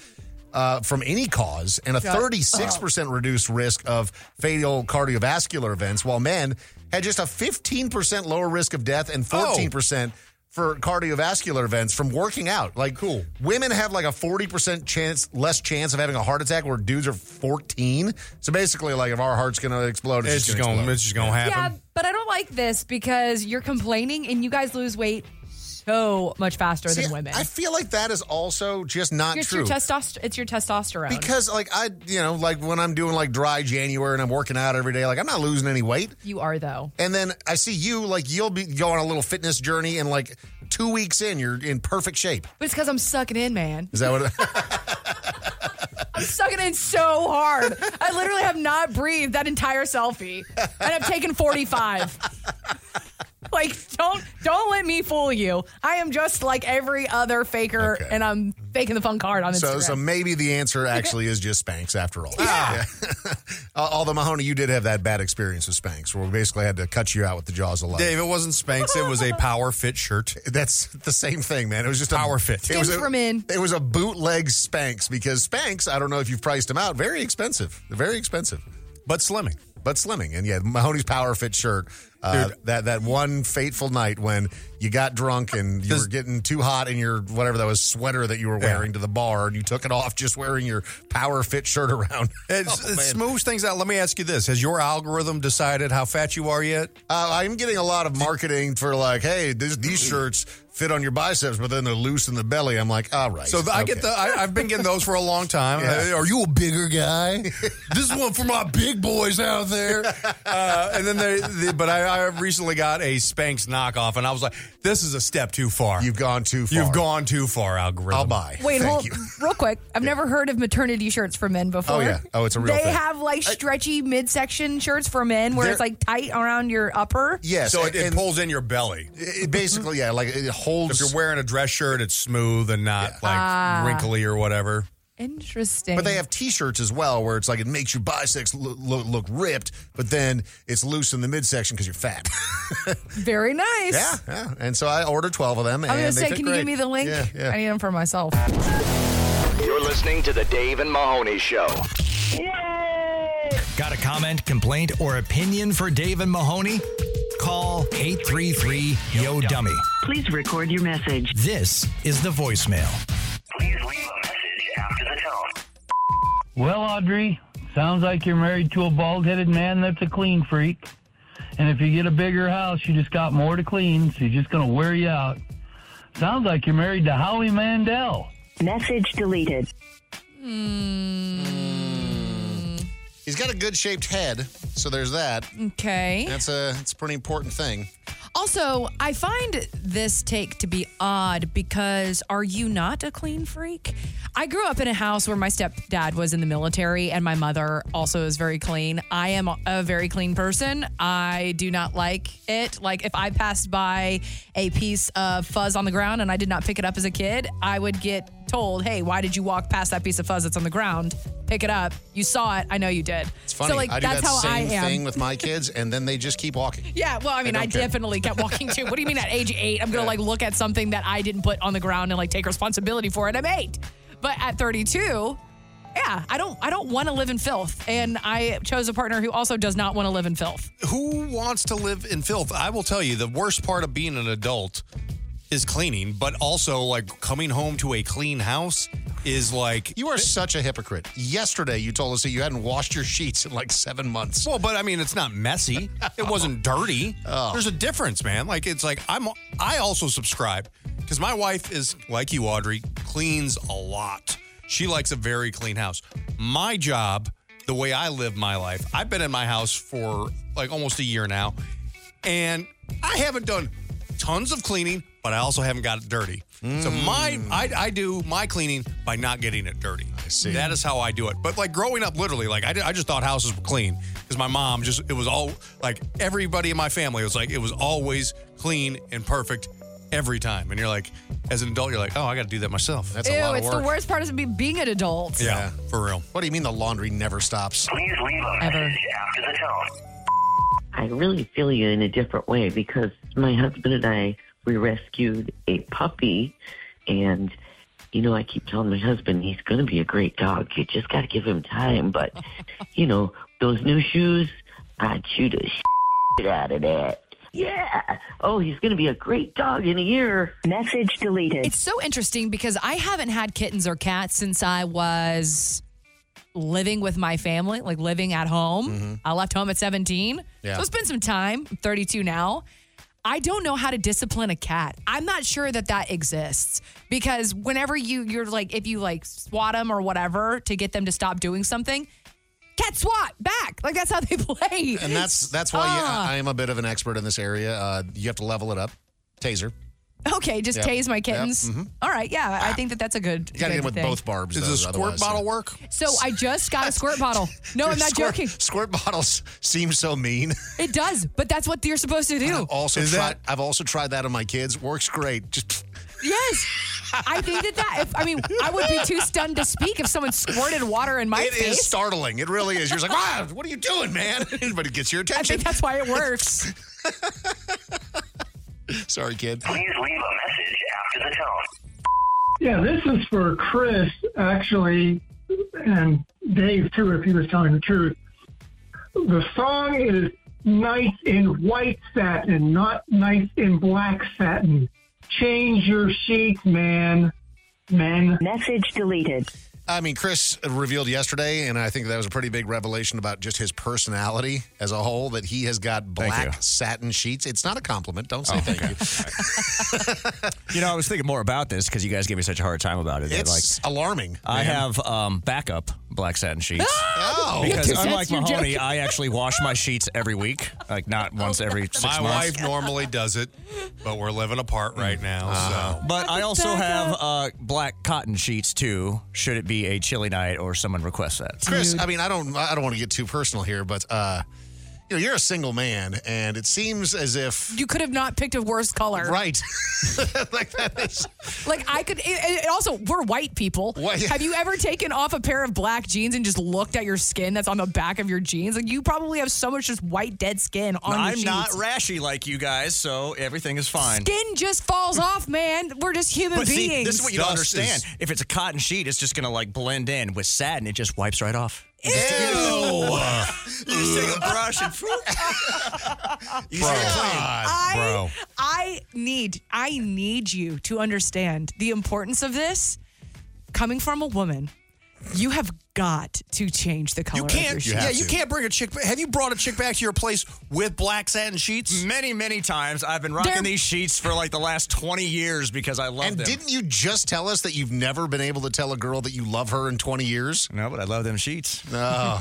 uh, from any cause and a 36% reduced risk of fatal cardiovascular events, while men had just a 15% lower risk of death and
Oh.
14%. For cardiovascular events from working out, like cool, women have like a forty percent chance less chance of having a heart attack, where dudes are fourteen. So basically, like if our heart's gonna explode, it's,
it's
just
just
gonna.
going.
explode.
It's just going to
Yeah,
happen.
but I don't like this because you're complaining and you guys lose weight so much faster
See,
than women.
I feel like that is also just not
it's
true.
your testosterone. It's your testosterone.
because like I, you know, like when I'm doing like dry January and I'm working out every day, like I'm not losing any weight.
you are though.
And then I see you, like you'll be go on a little fitness journey, and like two weeks in, you're in perfect shape.
But it's because I'm sucking in, man.
Is that
*laughs*
what? it-
I'm sucking in so hard. I literally have not breathed that entire selfie, and I've taken 45. *laughs* like, don't don't let me fool you. I am just like every other faker,
Okay.
and I'm faking the fun card
*laughs*
on
so,
Instagram.
so maybe the answer actually is just Spanx after all. *laughs* Yeah. Uh, Although Mahoney, you did have that bad experience with Spanx, where we basically had to cut you out with the jaws of life.
Dave, it wasn't Spanx. It
*laughs*
was a Power Fit shirt.
That's the same thing, man. It was just a
Power fit.
It was, a,
Skin from in.
it was a bootleg Spanx because Spanx, I don't know if you've priced them out, very expensive. They're very expensive.
But slimming.
But slimming. And yeah, Mahoney's Power Fit shirt. Uh, that that one fateful night when you got drunk and you
Does-
were getting too hot in your whatever that was sweater that you were wearing to the bar and you took it off just wearing your Power Fit shirt around. *laughs*
It's,
Oh,
it
man.
smooths things out. Let me ask you this: Has your algorithm decided how fat you are yet?
Uh, I'm getting a lot of marketing for like, hey, this, these shirts fit on your biceps, but then they're loose in the belly. I'm like, all right.
So th- I get
okay.
the. I, I've been getting those for a long time.
Yeah.
Uh, are you a bigger guy? *laughs* this is one for my big boys out there. *laughs* Uh, and then they, they but I, I recently got a Spanx knockoff, and I was like, this is a step too far.
You've gone too far.
You've gone too far, algorithm.
I'll buy.
Wait,
Thank
hold
you.
real quick. I've never heard of maternity shirts for men before.
Oh, yeah. Oh, it's a real
They
thing.
have like stretchy midsection shirts for men where it's
They're-
like tight around your upper.
Yes.
So it, it
and
pulls in your belly.
it basically, yeah, like it
If you're
holds.
wearing a dress shirt, it's smooth and not like wrinkly or whatever.
Ah. Interesting.
But they have T-shirts as well, where it's like it makes your biceps look, look, look ripped, but then it's loose in the midsection because you're fat.
very nice.
yeah, yeah. And so I ordered twelve of them.
I'm gonna
and they
say,
fit
can you
great.
give me the link?
Yeah, yeah.
I need them for myself.
You're listening to the Dave and Mahoney Show.
Got a comment, complaint, or opinion for Dave and Mahoney? Call 833 Yo Dummy.
Please record your message.
This is the voicemail.
Please leave a message after the tone.
Well, Audrey, sounds like you're married to a bald headed man that's a clean freak. And if you get a bigger house, you just got more to clean, so you're just going to wear you out. Sounds like you're married to Howie Mandel.
Message deleted.
Hmm. He's got a good shaped head, so there's that.
Okay.
That's a that's a pretty important thing.
Also, I find this take to be odd because are you not a clean freak? I grew up in a house where my stepdad was in the military and my mother also is very clean. I am a very clean person. I do not like it. Like, if I passed by a piece of fuzz on the ground and I did not pick it up as a kid, I would get told, hey, why did you walk past that piece of fuzz that's on the ground? Pick it up. You saw it. I know you did.
It's funny.
So, like,
I do
that's
that
how I
same
am.
thing with my kids, and then they just keep walking.
Yeah, well, I mean,
don't
I,
care.
definitely kept walking too. What do you mean at age eight, I'm gonna like look at something that I didn't put on the ground and like take responsibility for it? I'm eight. But at 32, yeah, I don't I don't want to live in filth, and I chose a partner who also does not want to live in filth.
Who wants to live in filth? I will tell you the worst part of being an adult is cleaning, but also like coming home to a clean house is like eh.
you are such a hypocrite. Yesterday you told us that you hadn't washed your sheets in like seven months. Oh.
Well, but I mean it's not messy. It
*laughs*
wasn't dirty. There's a difference, man. Like it's like I'm I also subscribe because my wife is like you, Audrey, cleans a lot. She likes a very clean house. My job, the way I live my life, I've been in my house for like almost a year now, and I haven't done tons of cleaning, but I also haven't got it dirty. So my I, I do my cleaning by not getting it dirty. I see. That is how I do it. But like growing up, literally, like I, di- I just thought houses were clean because my mom just it was all like everybody in my family was like it was always clean and perfect every time. And you're like, as an adult, you're like, oh, I got to do that myself. That's
Ew, it's the worst part of be- being an adult.
Yeah, for real.
What do you mean the laundry never stops?
Please leave a message after the tone.
I really feel you in a different way because my husband and I we rescued a puppy, and you know I keep telling my husband he's going to be a great dog. You just got to give him time. But you know those new shoes, I'd shoot a shit out of that. Yeah. Oh, he's going to be a great dog in a year. Message deleted.
It's so interesting because I haven't had kittens or cats since I was living with my family, like living at home.
Mm-hmm.
I left home at 17.
Yeah.
So it's been some time. I'm 32 now. I don't know how to discipline a cat. I'm not sure that that exists because whenever you you're like if you like swat them or whatever to get them to stop doing something, cat swat back. Like that's how they *laughs* play.
And that's that's why you,
Ah.
I, I am a bit of an expert in this area. Uh, you have to level it up. Taser.
Okay, just
Yep.
tase my
Yep.
kittens.
Mhm.
All right, yeah, I think that that's a good.
You got to get
good
him with
thing.
both barbs. though, otherwise, yeah.
work?
So I just
*laughs*
got a squirt bottle. No, I'm not
squirt,
joking.
Squirt bottles *laughs* seem so mean.
It does, but that's what you're supposed to do.
Also, tried, I've also tried that on my kids. Works great. Just
yes. I think that that. If, I mean, I would be too stunned to speak if someone squirted water in my
It is
face.
startling. It really is. You're just like, wow, what are you doing, man? *laughs* but it gets your
I
attention.
think that's why it works.
*laughs* Sorry, kid.
Please leave a message after the tone.
Yeah, this is for Chris, actually, and Dave, too, if he was telling the truth. The song is Nice in White Satin, not Nice in Black Satin. Change your sheets, man. Men.
Message deleted.
I mean, Chris revealed yesterday, and I think that was a pretty big revelation about just his personality as a whole, that he has got black satin sheets. It's not a compliment. Don't say
Oh,
thank you.
You know, I was thinking more about this because you guys gave me such a hard time about it. that,
It's alarming. man. *laughs*
I have um, backup black satin sheets.
Oh.
Because
Yes,
unlike
you're
Mahoney,
joking.
I actually wash my sheets every week, like not once every six
My
months.
wife normally does it, but we're living apart
Mm.
right now.
Uh-huh.
So.
But I also have uh, black cotton sheets too. Should it be a chilly night or someone requests that?
Chris, I mean, I don't, I don't want to get too personal here, but uh, you know, you're a single man, and it seems as if
You could have not picked a worse color.
Right. *laughs* like that is.
Like I could. It, it- it also, we're white people.
What? *laughs*
Have you ever taken off a pair of black jeans and just looked at your skin that's on the back of your jeans? Like you probably have so much just white dead skin on. your
I'm not
sheets.
rashy like you guys, so everything is fine.
Skin just falls off, man. We're just human
But
beings.
see, this is what you don't understand. if it's a cotton sheet, it's just gonna like blend in with satin. It just wipes right off. Ew! you just take a brush
*laughs*
and you say
Ah, Bro.
*laughs*
clean.
I,
Bro.
I need I need you to understand the importance of this coming from a woman. You have got to change the color.
You
Of
can't.
your
yeah,
sheets.
you can't bring a chick. ba- Have you brought a chick back to your place with black satin sheets?
Many, many times. I've been rocking
They're-
these sheets for like the last 20 years because I love
And
them.
didn't you just tell us that you've never been able to tell a girl that you love her in 20 years?
No, but I love them sheets.
*laughs* No.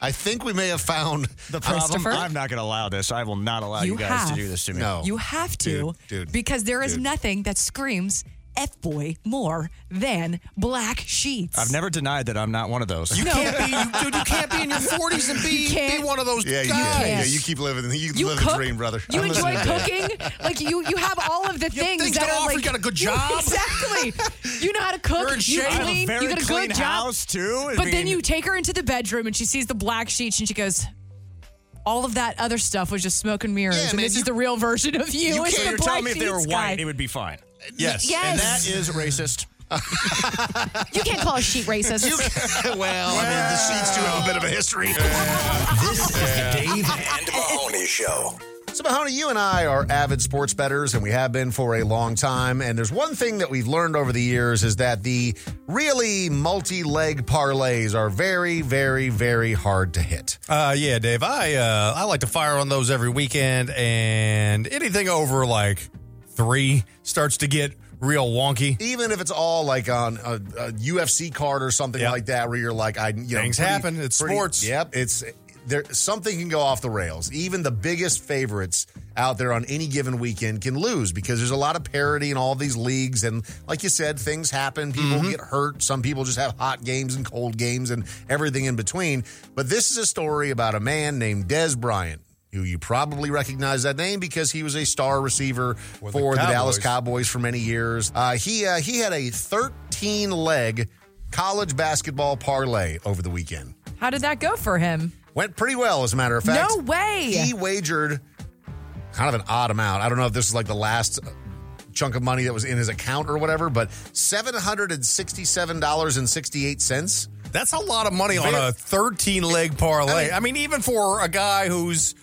I think we may have *laughs* *laughs* found
the problem? I'm not going to allow this. I will not allow you,
You
guys to
have.
do this to me.
No.
You have to,
Dude, dude,
because there is
dude.
nothing that screams f boy more than black sheets.
I've never denied that I'm not one of those.
No.
dude, you can't be in your 40s and be-
You
be
can't.
one of those
Yeah, you,
Guys.
yeah, you keep living. You,
You
live
cook?
the dream, brother.
You
I'm
enjoy
listening to you.
cooking, like you you have all of the things,
things
that
to
are
offer.
like
You got a
*laughs*
good
Yeah,
job.
exactly. You know how to cook.
You're in
you
shape. I have a
clean.
very
you got a
clean
good
house,
job
too. I
But then
mean-
you take her into the bedroom and she sees the black sheets and she goes. All of that other stuff was just smoke and mirrors,
Yeah,
and
man,
this
you-
is the real version *laughs* of you.
You
It's
can't-
the
you're
black
telling me if they were
sheets
white,
guy.
it would be fine.
Yes.
And
yes.
that is racist.
You can't call a sheet racist.
well, I mean, the sheets do have a bit of a history.
*laughs* This is the Dave and Mahoney Show.
So, Mahoney, you and I are avid sports bettors, and we have been for a long time. And there's one thing that we've learned over the years is that the really multi leg parlays are very, very, very hard to hit.
Uh, yeah, Dave. I uh, I like to fire on those every weekend, and anything over like three starts to get real wonky.
Even if it's all like on a, a UFC card or something like that, where you're like, I, you know,
Things happen. It's sports.
Yep, it's there. Something can go off the rails. Even the biggest favorites out there on any given weekend can lose because there's a lot of parity in all these leagues, and like you said, things happen. People
Mm-hmm.
get hurt. Some people just have hot games and cold games and everything in between. But this is a story about a man named Des Bryant. Who you probably recognize that name because he was a star receiver
the
for the Dallas
Cowboys.
Cowboys. Cowboys for many years. Uh, he uh, he had a 13 leg college basketball parlay over the weekend.
How did that go for him?
Went pretty well, as a matter of fact.
No way.
He wagered kind of an odd amount. I don't know if this is like the last uh, chunk of money that was in his account or whatever, but seven hundred and sixty-seven dollars and sixty-eight cents.
That's a lot of money on a 13 leg parlay. I mean, even for a guy who's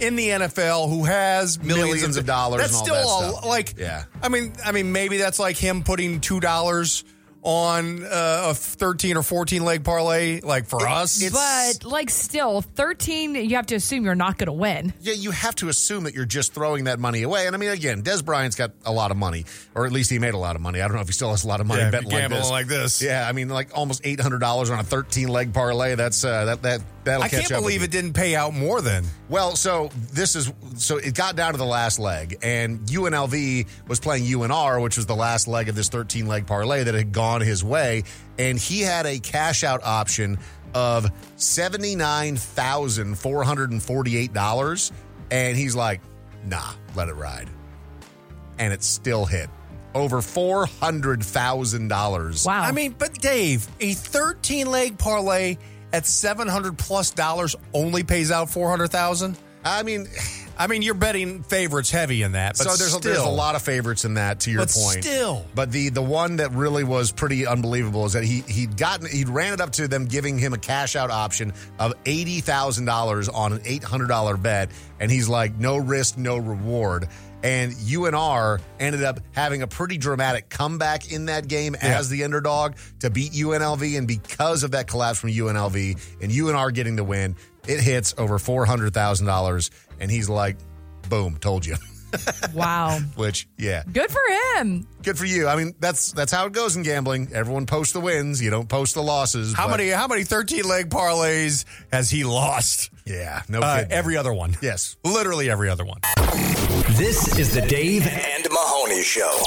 in the NFL who has millions,
Millions of dollars
that's
and all
still
that
a-
stuff.
like
Yeah.
I mean, I mean, maybe that's like him putting two dollars on uh, a 13 or 14 leg parlay. Like for us,
but like, still, thirteen. You have to assume you're not going to win.
Yeah, you have to assume that you're just throwing that money away. And I mean, again, Des Bryant's got a lot of money, or at least he made a lot of money. I don't know if he still has a lot of money
Yeah,
betting
gambling
like
like
this.
this.
Yeah, I mean, like almost eight hundred dollars on a thirteen leg parlay. That's uh, that that that'll
I
catch
can't
up with
believe
you.
it didn't pay out more than.
Well, so this is so it got down to the last leg, and UNLV was playing UNR, which was the last leg of this 13 leg parlay that had gone his way, and he had a cash out option of seventy nine thousand four hundred and forty eight dollars, and he's like, "Nah, let it ride," and it still hit over four hundred thousand dollars.
Wow.
I mean, but Dave, a 13 leg parlay at 700 plus dollars only pays out 400,000.
I mean,
I mean, *sighs* you're betting favorites heavy in that. But
so there's
still,
a, there's a lot of favorites in that. To your
But
point,
still.
But the the one that really was pretty unbelievable is that he he'd gotten he'd ran it up to them giving him a cash out option of eighty thousand dollars on an eight hundred dollar bet, and he's like, no risk, no reward. And UNR ended up having a pretty dramatic comeback in that game as the underdog to beat UNLV, and because of that collapse from UNLV and UNR getting the win, it hits over four hundred thousand dollars, and he's like, boom, told *laughs* you.
Wow.
*laughs* Which, yeah,
Good for him.
good for you. I mean, that's that's how it goes in gambling. Everyone posts the wins. You don't post the losses.
How
but-
many how many 13 leg parlays has he lost?
Yeah, no
Uh,
kidding.
every other one.
Yes.
Literally every other one.
This is the Dave and Mahoney Show.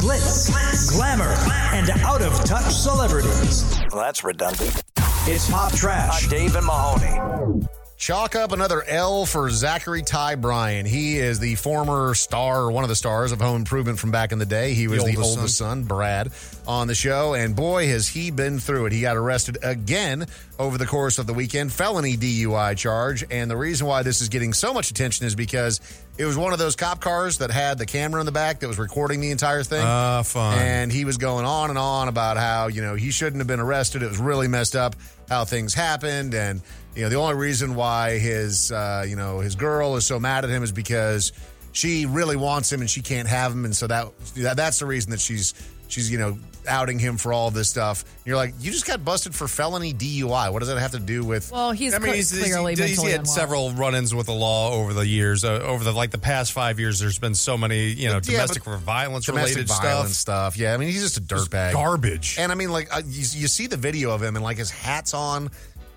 Blitz, glamour, and out of touch celebrities. Well, that's redundant. It's pop trash. Dave and Mahoney.
Chalk up another L for Zachary Ty Bryan. He is the former star, or one of the stars of Home Improvement from back in the day. He was the,
The
oldest,
oldest
son. Brad, on the show. And boy, has he been through it. He got arrested again over the course of the weekend, felony DUI charge. And the reason why this is getting so much attention is because it was one of those cop cars that had the camera in the back that was recording the entire thing.
Ah, fun.
And he was going on and on about how, you know, he shouldn't have been arrested. It was really messed up how things happened. And, you know, the only reason why his, uh, you know, his girl is so mad at him is because she really wants him and she can't have him. And so that, that that's the reason that she's, she's, you know, outing him for all this stuff. And you're like, you just got busted for felony DUI. What does that have to do with?
Well, he's
I mean,
cle-
he's, he's-
clearly
he's
mentally
had
unwell.
several run-ins with the law over the years. Uh, over the like the past five years, there's been so many you know
Yeah,
domestic
but-
violence-related
domestic violence
stuff.
stuff. Yeah, I mean, he's just a dirtbag.
Garbage.
And I mean, like uh, you, you see the video of him, and like his hat's on,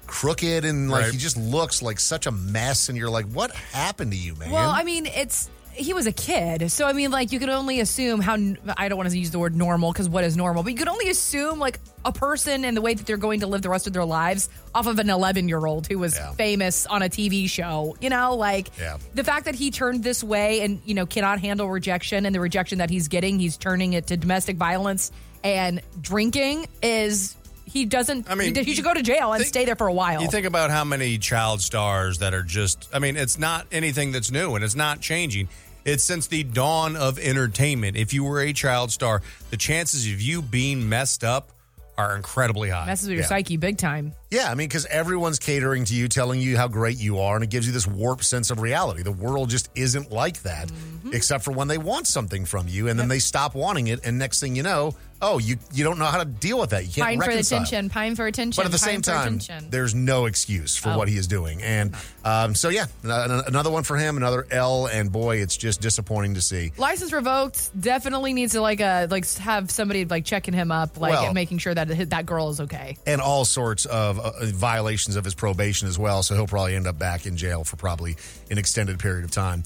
crooked, and like
Right.
he just looks like such a mess. And you're like, what happened to you, man?
Well, I mean, it's he was a kid, so I mean, like you could only assume how I don't want to use the word normal because what is normal, but you could only assume like a person and the way that they're going to live the rest of their lives off of an 11 year old who was
Yeah.
famous on a TV show. You know, like
Yeah.
the fact that he turned this way and you know cannot handle rejection and the rejection that he's getting, he's turning it to domestic violence and drinking is. He doesn't. I
I mean,
mean, he, should go to jail and
think-
stay there for a while.
You think about how many child stars that are just. I mean, it's not anything that's new, and it's not changing. It's since the dawn of entertainment. If you were a child star, the chances of you being messed up are incredibly high.
Messes with your
Yeah.
psyche big time.
Yeah, I mean, because everyone's catering to you, telling you how great you are, and it gives you this warped sense of reality. The world just isn't like that,
Mm-hmm.
except for when they want something from you, and then they stop wanting it, and next thing you know, oh, you you don't know how to deal with that. You can't
Pine
reconcile.
for attention. Pine for attention.
But at the
pine
same
for
time,
attention.
there's no excuse for
Oh.
what he is doing. And um, so, yeah, an- an- another one for him, another L. And boy, it's just disappointing to see.
license revoked. Definitely needs to like uh like have somebody like checking him up, like
Well-
and making sure that that girl is okay.
And all sorts of uh, violations of his probation as well. So he'll probably end up back in jail for probably an extended period of time.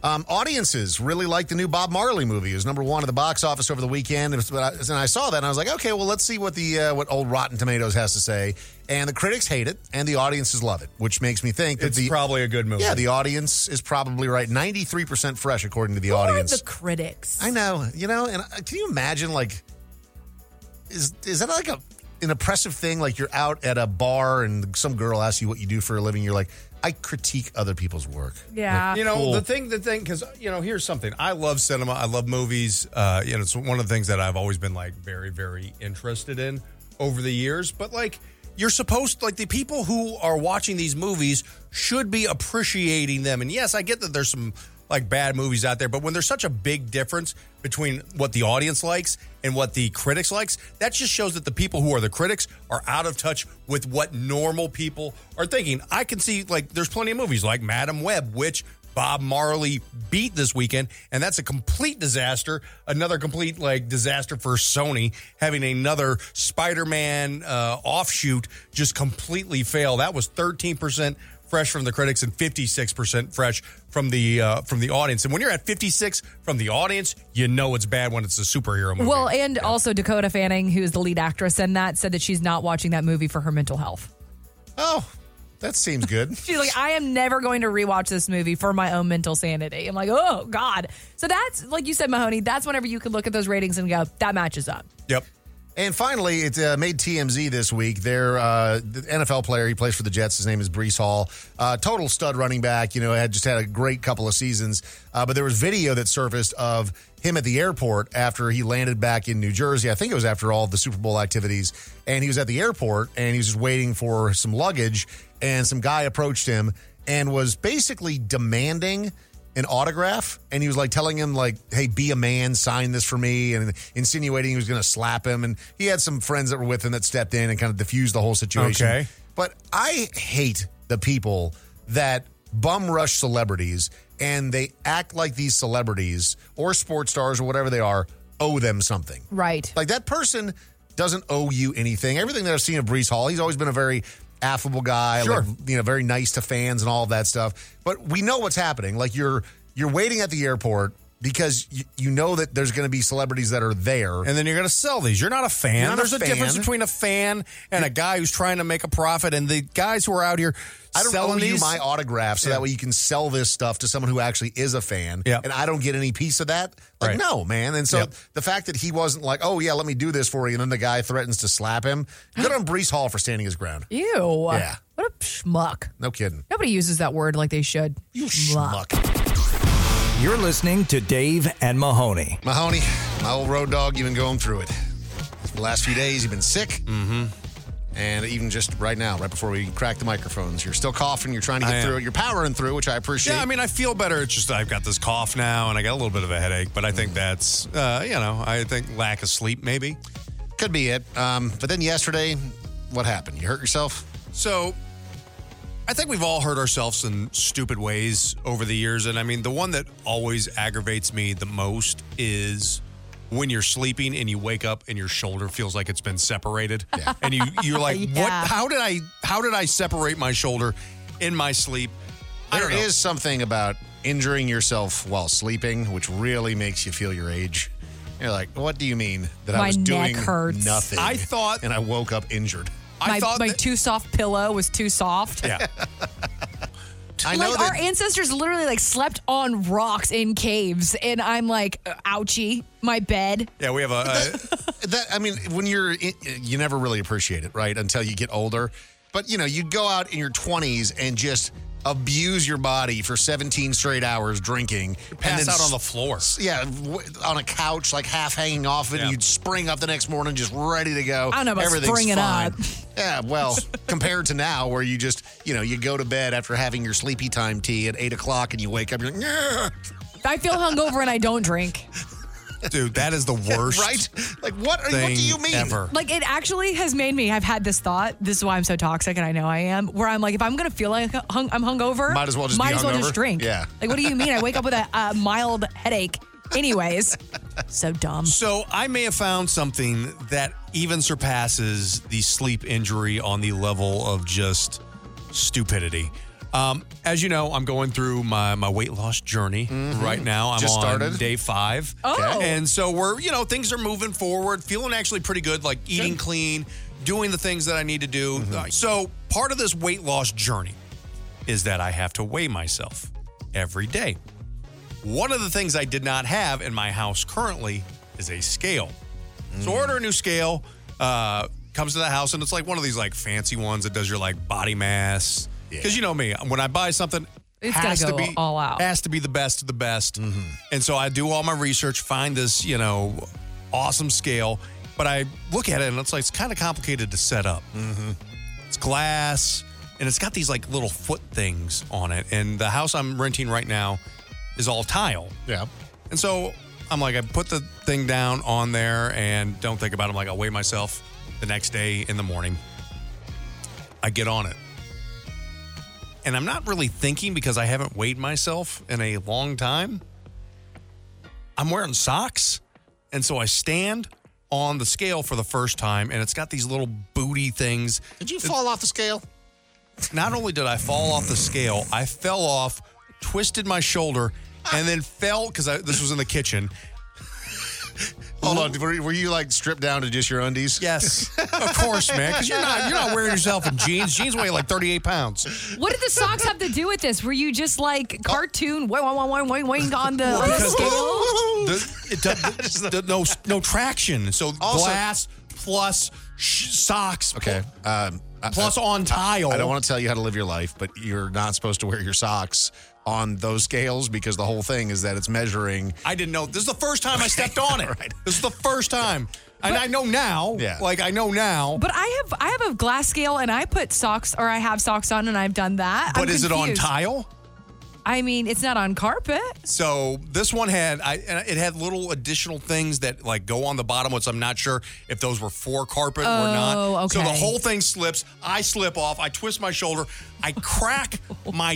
Um, audiences really like the new Bob Marley movie. It was number one at the box office over the weekend. It was- but I- And I saw that and I was like, okay, well, let's see what the uh, what old Rotten Tomatoes has to say. And the critics hate it and the audiences love it, which makes me think that
It's
the
probably a good movie.
Yeah, the audience is probably right. 93% fresh, according to the
Who
audience.
are the critics?
I know, you know, and uh, can you imagine, like, is is that like a an oppressive thing? Like you're out at a bar and some girl asks you what you do for a living. You're like, I critique other people's work.
You know,
Cool.
the thing, the thing, because, you know, here's something. I love cinema. I love movies. Uh, you know, it's one of the things that I've always been like very, very interested in over the years. But like, you're supposed like the people who are watching these movies should be appreciating them. And yes, I get that there's some like bad movies out there, but when there's such a big difference between what the audience likes and what the critics likes, that just shows that the people who are the critics are out of touch with what normal people are thinking. I can see like there's plenty of movies like Madam Web, which Bob Marley beat this weekend, and that's a complete disaster. Another complete like disaster for Sony having another Spider-Man uh, offshoot just completely fail. That was thirteen percent fresh from the critics and fifty-six percent fresh from the uh, from the audience. And when you're at fifty-six from the audience, you know it's bad when it's a superhero movie.
Well, and also Dakota Fanning, who is the lead actress in that, said that she's not watching that movie for her mental health.
Oh, that seems good.
She's like, I am never going to rewatch this movie for my own mental sanity. I'm like, oh God. So that's like you said, Mahoney. That's whenever you can look at those ratings and go, that matches up.
Yep.
And finally, it uh, made TMZ this week. Their uh, the NFL player, he plays for the Jets. His name is Brees Hall. Uh, total stud running back. You know, had just had a great couple of seasons. Uh, but there was video that surfaced of him at the airport after he landed back in New Jersey. I think it was after all the Super Bowl activities. And he was at the airport and he was just waiting for some luggage. And some guy approached him and was basically demanding an autograph and he was like telling him like hey be a man sign this for me and insinuating he was going to slap him and he had some friends that were with him that stepped in and kind of diffused the whole situation
Okay.
but i hate the people that bum rush celebrities and they act like these celebrities or sports stars or whatever they are owe them something
Right.
like that person doesn't owe you anything. Everything that I've seen of Brees Hall, he's always been a very affable guy,
Sure.
like, you know, very nice to fans and all of that stuff. But we know what's happening. Like you're you're waiting at the airport because you, you know that there's going to be celebrities that are there.
And then you're going to sell these. You're not a fan.
You're not a
There's a,
fan.
difference between a fan and a guy who's trying to make a profit. And the guys who are out here
I don't
selling
owe you
these,
my autograph, so
Yeah.
that way you can sell this stuff to someone who actually is a fan.
Yeah.
And I don't get any piece of that. Like,
Right.
no, man. And so
Yep.
the fact that he wasn't like, oh yeah, let me do this for you, and then the guy threatens to slap him. Good on Brees Hall for standing his ground.
Ew.
Yeah.
What a schmuck.
No kidding.
Nobody uses that word like they should. You schmuck.
You're listening to Dave and Mahoney.
Mahoney, *laughs* my old road dog, you've been going through it. The last few days, you've been sick. Mm-hmm. And even just right now, right before we crack the microphones, you're still coughing. You're trying to
I
get
am.
through it. You're powering through, which I appreciate.
Yeah, I mean, I feel better. It's just I've got this cough now, and I got a little bit of a headache. But I
Mm.
think that's, uh, you know, I think lack of sleep maybe
could be it. Um, but then yesterday, what happened? You hurt yourself?
So, I think we've all hurt ourselves in stupid ways over the years, and I mean, the one that always aggravates me the most is when you're sleeping and you wake up and your shoulder feels like it's been separated, and you you're like, what?
Yeah.
How did I? How did I separate my shoulder in my sleep? I
There
don't know.
is something about injuring yourself while sleeping, which really makes you feel your age. You're like, what do you mean that I
My
was
neck
doing
hurts.
nothing?
I thought-
and I woke up injured.
my my *laughs* too soft pillow was too soft. *laughs*
Yeah.
I know
like
that
our ancestors literally like slept on rocks in caves, and I'm like, uh, ouchie, my bed.
Yeah, we have a. a
that I mean, when you're in, you never really appreciate it, right? Until you get older. But you know, you go out in your 20s and just abuse your body for 17 straight hours drinking,
Pass out on
s-
the floor.
yeah, w- on a couch, like half hanging off it,
Yeah.
and you'd spring up the next morning just ready to go.
I don't know about
Everything's
springing
fine.
up. *laughs*
Yeah, well, compared to now, where you just, you know, you go to bed after having your sleepy time tea at eight o'clock and you wake up, you're like, "Nyeh."
I feel hungover and I
*laughs*
don't drink.
Dude, that is the worst.
right? Like, what, are, what
Thing
do you mean?
ever.
Like it actually has made me. I've had this thought. This is why I'm so toxic, and I know I am. Where I'm like, if I'm gonna feel like hung, I'm hungover,
Might as well just
might
be
as well just
hungover.
drink.
Yeah.
Like, what do you mean? I wake up with a, a mild headache. Anyways,
*laughs*
so dumb.
So I may have found something that even surpasses the sleep injury on the level of just stupidity. Um, as you know, I'm going through my, my weight loss journey right now. I'm
Mm-hmm. Just
on
started?
day five.
Oh.
And so we're, you know, things are moving forward, feeling actually pretty good, like eating clean, doing the things that I need to do. Uh, So part of this weight loss journey is that I have to weigh myself every day. One of the things I did not have in my house currently is a scale. So order a new scale, uh, comes to the house, and it's like one of these like fancy ones that does your like body mass. Because you know me, when I buy something,
It's gotta
has to
go
be
all out.
Has to be the best of the best. And so I do all my research, find this you know awesome scale, but I look at it and it's like it's kind of complicated to set up. It's glass, and it's got these like little foot things on it. And the house I'm renting right now is all tile.
Yeah.
And so I'm like, I put the thing down on there and don't think about it. I'm like, I'll weigh myself the next day in the morning. I get on it. And I'm not really thinking because I haven't weighed myself in a long time. I'm wearing socks. And so I stand on the scale for the first time and it's got these little booty things.
Did you fall off the scale?
Not only did I fall off the scale, I fell off, twisted my shoulder, and then fell because this was in the kitchen.
Hold on. Were, were you like stripped down to just your undies? *laughs*
Yes, of course, man. Because you're not you're not wearing yourself in jeans. Jeans weigh like 38 pounds.
What did the socks have to do with this? Were you just like cartoon wang wang wang wang wang on the, on the scale?
The- it does- *laughs* the- no no traction. So
Also-
glass plus sh- socks.
Okay. Um, I-
Plus
I-
on
I-
tile.
I, don't want to tell you how to live your life, but you're not supposed to wear your socks on those scales because the whole thing is that it's measuring.
I didn't know. This is the first time I stepped on it.
*laughs* Right.
This is the first time, and I know now.
Yeah.
Like I *laughs* know now.
But I have I have a glass scale and I put socks or I have socks on and I've done that.
But
I'm
is it on
confused.
tile?
I mean, it's not on carpet.
So this one had I and it had little additional things that like go on the bottom, which I'm not sure if those were for carpet or not.
Oh,
So the
okay.
whole thing slips. I slip off. I twist my shoulder.
*laughs*
I crack my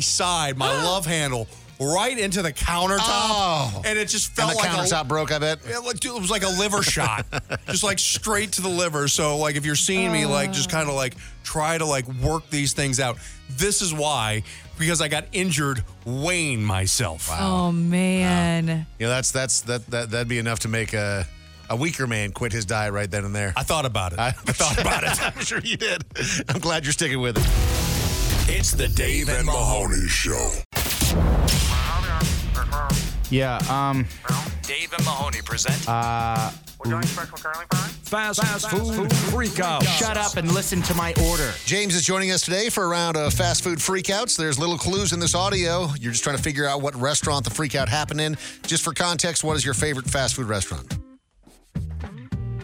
*gasps*
side, my love handle, right into the countertop,
Oh.
and it just
And
felt
the
like
countertop
a.
broke, I bet.
It looked- it was like a
*laughs*
liver shot, just like straight to the liver. So like if you're seeing me like
Oh.
just kind of like try to like work these things out. This is why because I got injured weighing myself.
Oh man.
You know, that's that's that that that'd be enough to make a a weaker man quit his diet right then and there.
I thought about it. I,
*laughs*
thought about it.
I'm sure you did. I'm glad you're sticking with it.
It's the Dave and Mahoney Show.
Yeah, um,
Dave and Mahoney present
uh,
Fast, fast Food Freakout.
shut up and listen to my order.
James is joining us today for a round of fast food freakouts. There's little clues in this audio. You're just trying to figure out what restaurant the freakout happened in. Just for context, what is your favorite fast food restaurant?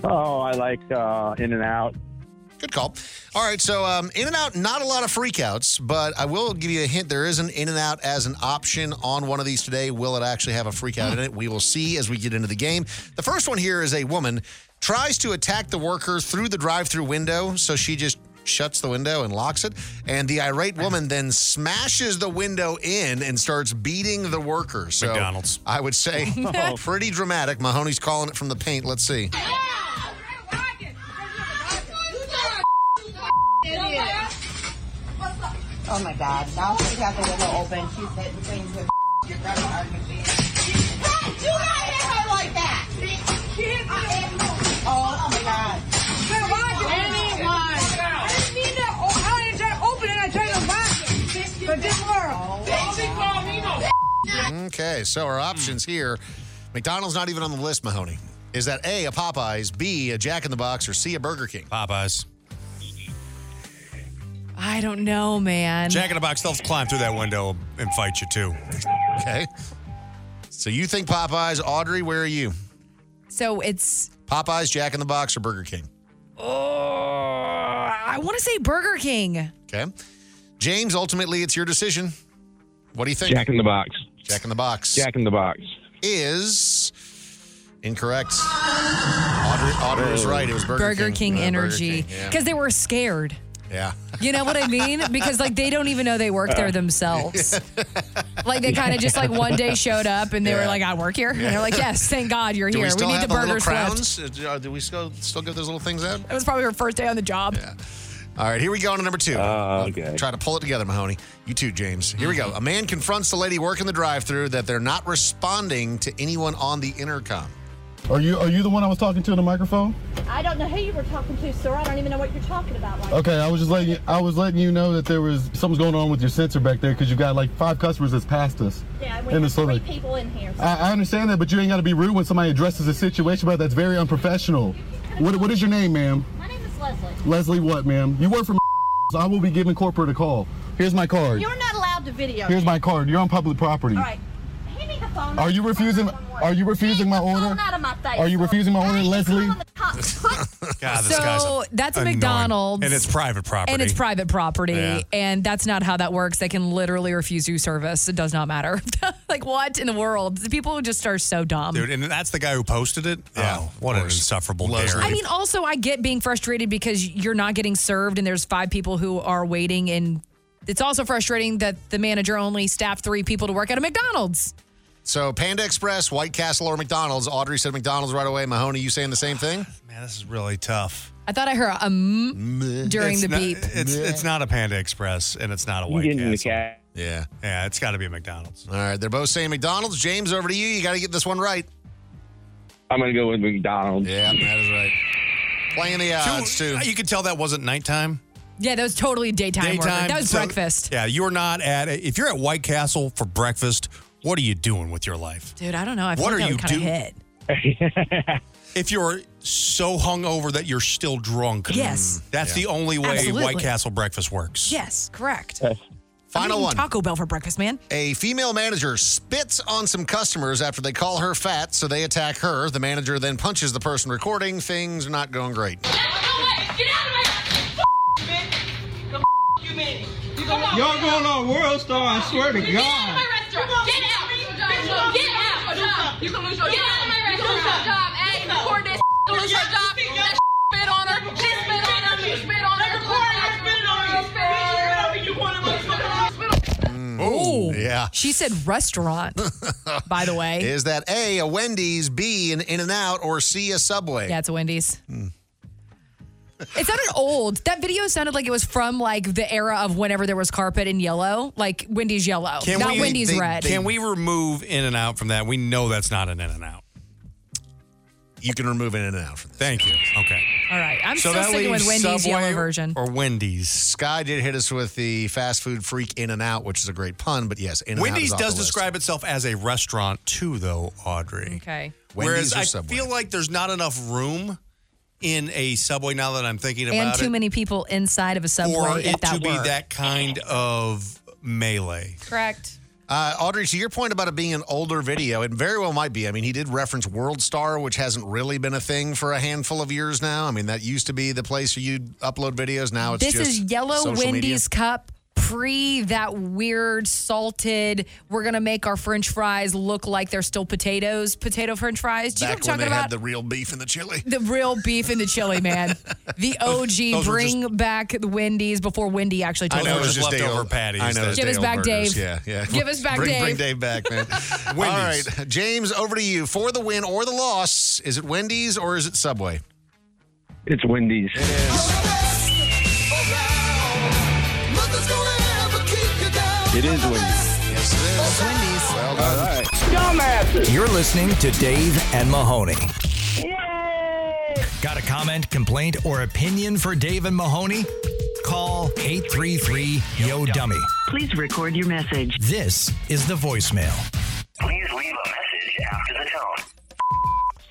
Oh, I like uh, In and Out.
Good call. All right, so um, In and Out, not a lot of freakouts, but I will give you a hint. There is an In and Out as an option on one of these today. Will it actually have a freakout in it? We will see as we get into the game. The first one here is a woman tries to attack the worker through the drive-through window, so she just shuts the window and locks it. And the irate woman then smashes the window in and starts beating the worker. So
McDonald's.
I would
*laughs*
say pretty dramatic. Mahoney's calling it from the paint. Let's see.
Oh my God! Now she's got the window open. She's hitting things with *laughs* your grandma argument. Hey, you gotta hit her like that. Oh, oh my God! Oh,
Okay, so our options here McDonald's not even on the list, Mahoney. Is that A, a Popeyes, B, a Jack in the Box, or C, a Burger King?
Popeyes.
I don't know, man.
Jack in the Box, they'll climb through that window and fight you
*laughs*
too.
Okay. So you think Popeyes? Audrey, where are you?
So it's
Popeyes, Jack in the Box, or Burger King?
I want to say Burger King.
Okay. James, ultimately, it's your decision. What do you think?
Jack in the Box.
Jack in the Box.
Jack in the Box.
Is incorrect. Audrey, Audrey
Oh.
was right. It was Burger,
Burger King,
Yeah, Burger
energy
King, yeah.
because they were scared.
Yeah.
You know what I mean? Because like they don't even know they work
Uh,
there themselves.
*laughs*
Like they kind of just like one day showed up and they were
Yeah.
like, "I work here," and they're like,
Yeah.
"Yes, thank God you're
Do
here.
we still
need
have
the
the little
burgers left."
crowns? Uh, Do we still still give those little things out?
That was probably her first day on the job.
*laughs*
All right, here we go on to number
Oh,
two. okay. Try to pull it together, Mahoney. You too, James. Here we go. A man confronts the lady working the drive-through that they're not responding to anyone on the intercom.
Are you are you the one I was talking to in the microphone?
I don't know who you were talking to, sir. I don't even know what you're talking about. Like,
Okay, I was just letting you, I was letting you know that there was something's going on with your sensor back there because you've got like five customers that's passed us.
yeah, we have
in the
three
survey.
people in here.
I, I understand that, but you ain't got to be rude when somebody addresses a situation, but that's very unprofessional. What, what is your name, ma'am?
My name is Leslie.
Leslie, what, ma'am? You work for *laughs* so I will be giving corporate a call. Here's my card.
You're not allowed to video.
Here's
me.
my card. You're on public property.
All right. Hand me the phone.
Are you refusing? Are you refusing my order?
phone out of my face,
Are you
sir.
refusing my order, Leslie?
God, this
So,
guy's
that's a
annoying.
McDonald's.
and it's private property.
And it's private property,
Yeah.
and that's not how that works. They can literally refuse you service. It does not matter. *laughs* like what in the world? The people just are so
Um,
dumb.
dude. And that's the guy who posted it. oh, what an insufferable dare!
I mean, also, I get being frustrated because you're not getting served, and there's five people who are waiting. And it's also frustrating that the manager only staffed three people to work at a McDonald's.
So Panda Express, White Castle, or McDonald's? Audrey said McDonald's right away. Mahoney, you saying the same thing?
Ah, Man, this is really tough.
I thought I heard a mm during
It's
the
not-
beep.
It's it's not a Panda Express and it's not a
You
White
getting
Castle.
the
Yeah, yeah, it's got to be a McDonald's.
All right, they're both saying McDonald's. James, over to you. You got to get this one right.
I'm going to go with McDonald's.
Yeah, that is right. Playing the odds too.
uh, You could tell that wasn't nighttime.
Yeah, that was totally daytime. work.
Daytime,
That was
so-
breakfast.
Yeah, you're not at. If you're at White Castle for breakfast, what are you doing with your life?
Dude, I don't know. I feel
What
like
are
that would
you
kind of
do-
hit.
If you're so hungover that you're still drunk,
Yes.
Mm.
that's
Yeah.
the only way
Absolutely.
White Castle
*laughs*
breakfast works.
Yes, correct.
Final
I'm eating
one.
Taco Bell for breakfast, man.
A female manager spits on some customers after they call her fat, so they attack her. The manager then punches the person recording. Things are not going great.
Y'all going
on World Star, I swear to
Get out of my restaurant. Get out. Get out. Get out. You can lose your job. Get out of my restaurant. Lose your job. Hey, record this. Lose your job. That spit on her. She spit on her. She spit on her. Record her. Spit on her. Spit on her. You want to
Oh,
Hmm. yeah.
She said
*laughs*
restaurant, *laughs* by the way.
Is that A, a Wendy's, B, an In N Out, or C, a Subway? Hmm.
Yeah, it's a Wendy's. It sounded old. That video sounded like it was from like the era of whenever there was carpet in yellow, like Wendy's yellow, not Wendy's red.
Can we remove In and Out from that? We know that's not an In and Out.
You can remove In and Out from that.
Thank you. Okay.
All right, I'm
So
still
that
sticking with
leaves
Wendy's
Subway
yellow version.
Or Wendy's.
Sky did hit us with the fast food freak In and Out, which is a great pun, but yes, In and Out.
Wendy's does describe itself as a restaurant too, though, Audrey.
Okay.
Wendy's
Whereas
or
I
Subway?
feel like there's not enough room in a subway now that I'm thinking about
And too
it
many people inside of a
for
subway
it
if
to
that
be
were
that kind of melee.
correct.
Uh, Audrey, to your point about it being an older video, it very well might be. I mean, he did reference World Star, which hasn't really been a thing for a handful of years now. I mean, that used to be the place where you'd upload videos. Now it's
This
just
is yellow
social
Wendy's
media.
cup pre that weird salted. We're gonna make our French fries look like they're still potatoes, potato French fries. Do you know
Back
what I'm
when they
talking about?
had the real beef and the chili.
The real beef and the chili, man. The OG.
*laughs* those were
Bring back the Wendy's before Wendy actually took
I know it
over.
was just day
leftover
old-
patties
I know, it was
Give
day
us
old
back
burgers.
Dave.
Yeah, yeah.
Give us back
bring, Bring
Dave.
Dave back,
*laughs*
man. All right,
Wendy's.
James, over to you for the win or the loss. Is it Wendy's or is it Subway?
It's Wendy's. It is Wendy's.
Yes, it is. Wendy's. Well done.
You're listening to Dave and Mahoney. Got a comment, complaint, or opinion for Dave and Mahoney? Call 833 Yo Dummy.
Please record your message.
This is the voicemail.
Please leave a message after the tone.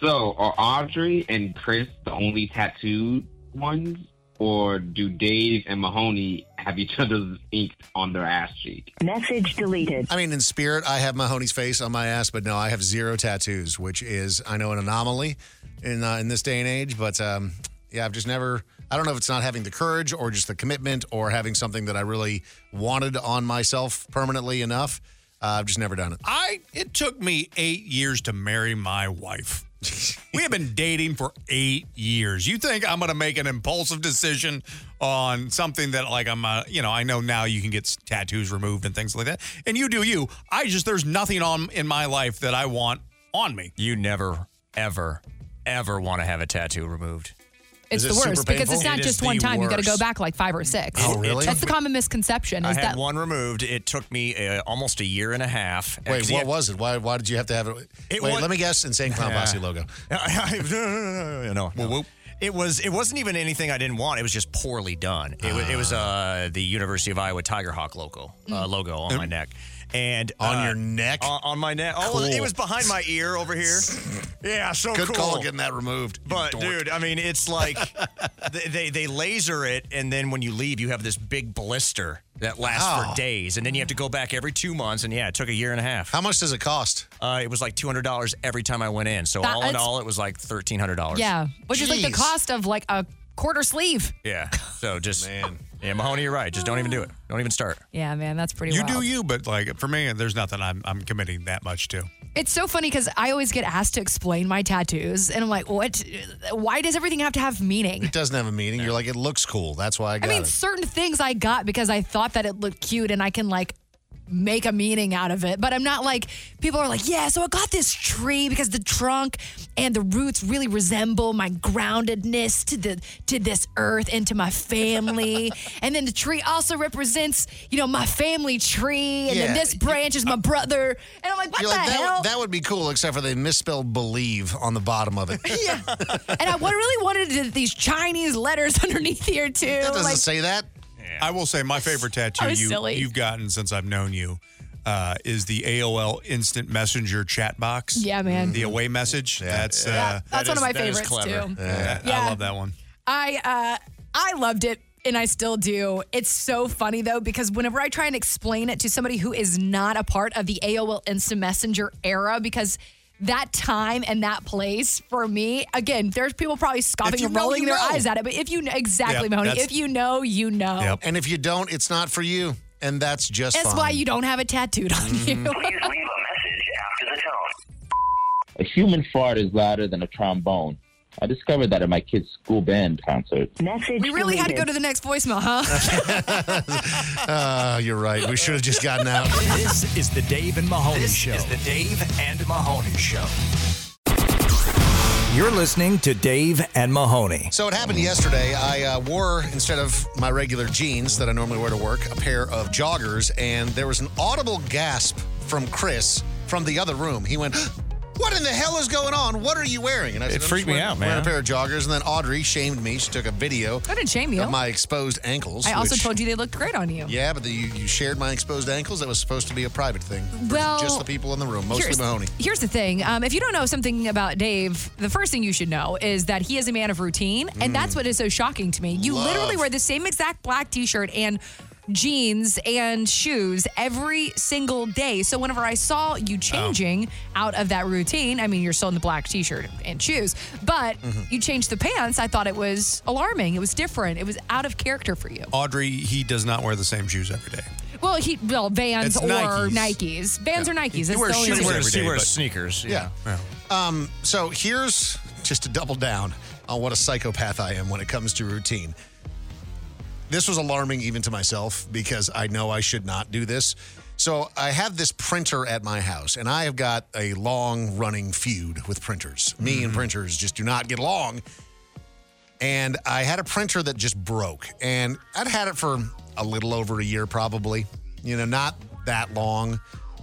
So are Audrey and Chris the only tattooed ones?
or do Dave and Mahoney have each other's ink on their ass cheek?
Message deleted. I mean, in spirit, I have Mahoney's face on my ass, but no, I have zero tattoos, which is, I know, an anomaly in uh, in this day and age. But um, yeah, I've just never. I don't know if it's not having the courage or just the commitment or having something that I really wanted on myself permanently enough. Uh, I've just never done it.
I it took me eight years to marry my wife. we have been dating for eight years. You think I'm going to make an impulsive decision on something that, like, I'm, uh, you know, I know now you can get s- tattoos removed and things like that, and you do you. I just there's nothing on in my life that I want on me.
You never, ever, ever want to have a tattoo removed.
It's the worst because it's not
It is
just one
the
time. You got to go
worst.
back like five or six.
Oh, really?
That's the common misconception.
I
Is
had
that
one removed. It took me uh, almost a year and a half.
Wait, what was it? Why? Why did you have to have it? Wait, let me guess. Insane Clown Posse
*laughs*
logo.
no, no, no, no. It was. It wasn't even anything I didn't want. It was just poorly done. It, was, it was
Ah.
uh, the University of Iowa Tiger Hawk logo uh,
Mm.
logo on my
Mm.
neck, and
On
uh,
your neck?
on, on my neck. Oh,
Cool.
it was behind my ear over here. yeah, so
Good
cool.
call getting that removed. you
But
dork.
dude, I mean, it's like *laughs* they, they they laser it, and then when you leave, you have this big blister that lasts
Oh.
for days, and then you have to go back every two months. And yeah, it took a year and a half. How
much does it cost?
Uh, it was like two hundred dollars every time I went in. So
That-
all in
it's-
all, it was like thirteen hundred dollars.
yeah, which is like the cost of like a quarter sleeve.
Yeah. So just yeah, Mahoney, you're right. Just don't even do it. Don't even start.
Yeah, man, that's pretty.
You
wild.
do you, but like for me, there's nothing I'm I'm committing that much to.
It's so funny because I always get asked to explain my tattoos, and I'm like, what? Why does everything have to have meaning?
It doesn't have a meaning. You're like, it looks cool. That's why I
I
got
mean,
it.
certain things I got because I thought that it looked cute and I can like make a meaning out of it. But I'm not like, people are like, yeah, so I got this tree because the trunk and the roots really resemble my groundedness to the to this earth and to
*laughs*
my family. and then the tree also represents, you know, my family tree. And then
Yeah.
this branch is my brother. And I'm like, what
You're
the
like, that,
hell?
would- that would be cool, except for they misspelled believe on the bottom of it.
and I wa- really wanted to- these Chinese letters *laughs* underneath here too.
That doesn't
Like-
say that.
I will say my favorite
I
tattoo
was
you,
silly.
you've gotten since I've known you uh, is the AOL Instant Messenger chat box.
Yeah, man.
The away message. That's uh,
that's one of my favorites, too.
Yeah,
Yeah.
I love that one.
I uh, I loved it. And I still do. It's so funny though, because whenever I try and explain it to somebody who is not a part of the AOL Instant Messenger era, because that time and that place for me, again, there's people probably scoffing
you
and
know,
rolling
you
their
know.
eyes at it. But if you know, exactly,
Yep,
Mahoney,
that's-
if you know, you know.
And if you don't, it's not for you. And that's just
Oh. That's
fine.
why you don't have it tattooed on
Mm-hmm.
you.
A human fart is louder than a trombone. I discovered that at my kid's school band concert.
we really had to go to the next
*laughs*
voicemail, huh?
*laughs* Ah, you're right. We should have just gotten out.
This is the Dave and Mahoney Show. This is the Dave and Mahoney Show. You're listening to Dave and Mahoney.
So it happened yesterday. I uh, wore instead of my regular jeans that I normally wear to work, a pair of joggers, and there was an audible gasp from Chris from the other room. He went. What in the hell is going on? What are you wearing? And I
It
"I'm
freaked
just
me
wearing-
out,
Wearing
man.
a pair of joggers, and then Audrey shamed me. She took a video
I didn't shame you.
of my exposed ankles.
I also
which-
told you they looked great on you.
Yeah, but the, you, you shared my exposed ankles. That was supposed to be a private thing. for
Well,
just the people in the room, mostly
here's,
Mahoney.
Here's the thing: um, if you don't know something about Dave, the first thing you should know is that he is a man of routine, and that's what is so shocking to me. You
Love.
literally wear the same exact black T-shirt and jeans and shoes every single day. So whenever I saw you changing out of that routine, I mean, you're still in the black T-shirt and shoes, but
Mhm.
you changed the pants. I thought it was alarming. It was different. It was out of character for you.
Audrey, he does not wear the same shoes every day.
Well, he well Vans
It's
or Nikes. Vans or Nikes. That's the only reason.
every day, but-
sneakers.
Yeah. Um, so here's just to double down on what a psychopath I am when it comes to routine. This was alarming even to myself because I know I should not do this. So I have this printer at my house, and I have got a long running feud with printers. Me and printers just do not get along. And I had a printer that just broke, and I'd had it for a little over a year, probably. You know, not that long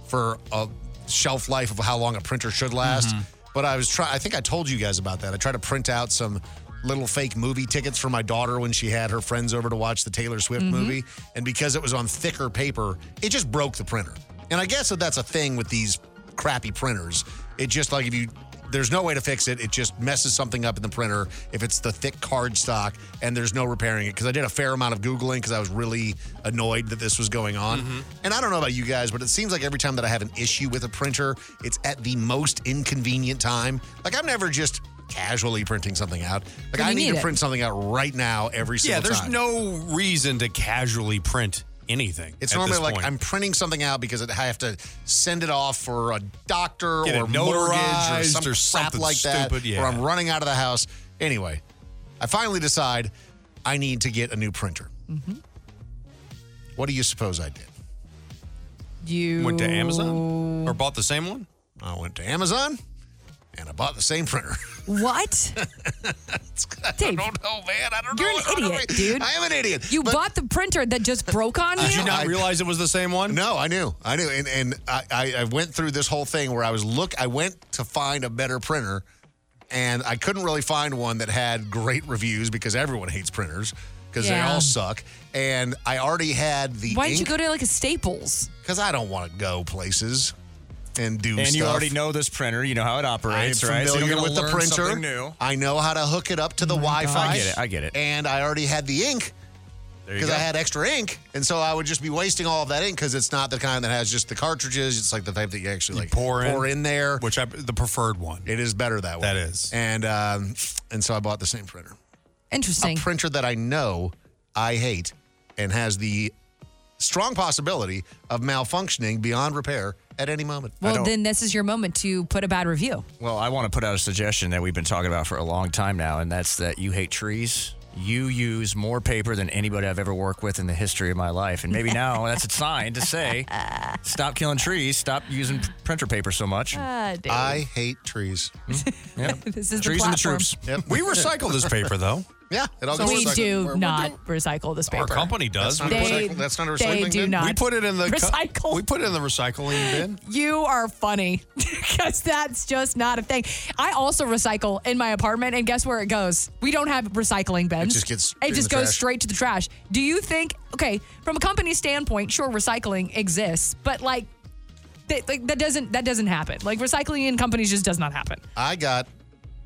for a shelf life of how long a printer should last. But I was trying, I think I told you guys about that. I tried to print out some little fake movie tickets for my daughter when she had her friends over to watch the Taylor Swift
Mhm.
movie. And because it was on thicker paper, it just broke the printer. And I guess that that's a thing with these crappy printers. It just like if you There's no way to fix it. It just messes something up in the printer if it's the thick card stock and there's no repairing it. Because I did a fair amount of Googling because I was really annoyed that this was going on.
Mm-hmm.
And I don't know about you guys, but it seems like every time that I have an issue with a printer, it's at the most inconvenient time. Like I'm never just casually printing something out. Like
When
I
you
need,
need
to
it.
print something out right now every single
yeah, there's
time.
no reason to casually print anything.
It's
at
normally
this
like
point.
I'm printing something out because it, I have to send it off for a doctor
Get it
or mortgage or
notarized
some
or
crap
something
like that,
stupid, yeah.
or I'm running out of the house. Anyway, I finally decide I need to get a new printer. What do you suppose I did?
You
went to
Oh,
Amazon or bought the same one?
I went to Amazon and I bought the same printer. *laughs*
What? Dave,
I don't know, man. I don't
you're
know.
an idiot, dude.
I am an idiot.
You bought the printer that just broke on you.
I-
realize it was the same one?
No, I knew. I knew. And and I, I, I went through this whole thing where I was look I went to find a better printer and I couldn't really find one that had great reviews because everyone hates printers because they
Yeah.
all suck. And I already had the
Why didn't you go to like a Staples?
Because I don't want to go places and do
And
stuff.
you already know this printer. You know how it
I'm
operates, right?
familiar
So you're gonna
with the
learn
printer.
something new. Oh
I know how to hook it up to the
God.
Wi Fi.
I get it, I get it.
And I already had the ink
There you
because
go.
I had extra ink, and so I would just be wasting all of that ink because it's not the kind that has just the cartridges. It's like the type that you actually like
pour in.
there,
which I the preferred one.
It is better that way.
That is.
and um, and so I bought the same printer,
Interesting.
a printer that I know I hate and has the strong possibility of malfunctioning beyond repair at any moment.
Well, then this is your moment to put a bad review.
Well, I want to put out a suggestion that we've been talking about for a long time now, and that's that you hate trees. You use more paper than anybody I've ever worked with in the history of my life. And maybe now that's a *laughs* sign to say, stop killing trees, stop using printer paper so much. Hmm?
Ah, Dave.
I hate trees.
*laughs* this is
trees
the
and the
platform.
troops.
Yep.
We recycle this paper though.
*laughs* Yeah, it all
So
goes
we
recycled.
do
We're- we're
not
doing-
recycle this paper.
Our company does.
That's
We
not
put
They-
it-
recycled. That's not a
they
recycling
do
bin?
not
we put it in the co-
recycle.
we put it in the
*laughs*
recycling bin.
You are funny *laughs* because that's just not a thing. I also recycle in my apartment, and guess where it goes? We don't have recycling bins.
just gets
It
in
just
the
goes
trash.
straight to the trash. Do you think? Okay, from a company standpoint, sure, recycling exists, but like, that like that doesn't that doesn't happen. Like recycling in companies just does not happen.
I got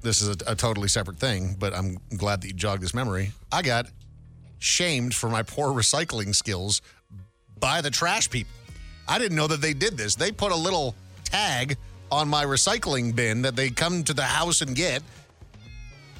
this is a, a totally separate thing, but I'm glad that you jogged this memory. I got shamed for my poor recycling skills by the trash people. I didn't know that they did this. They put a little tag on my recycling bin that they come to the house and get,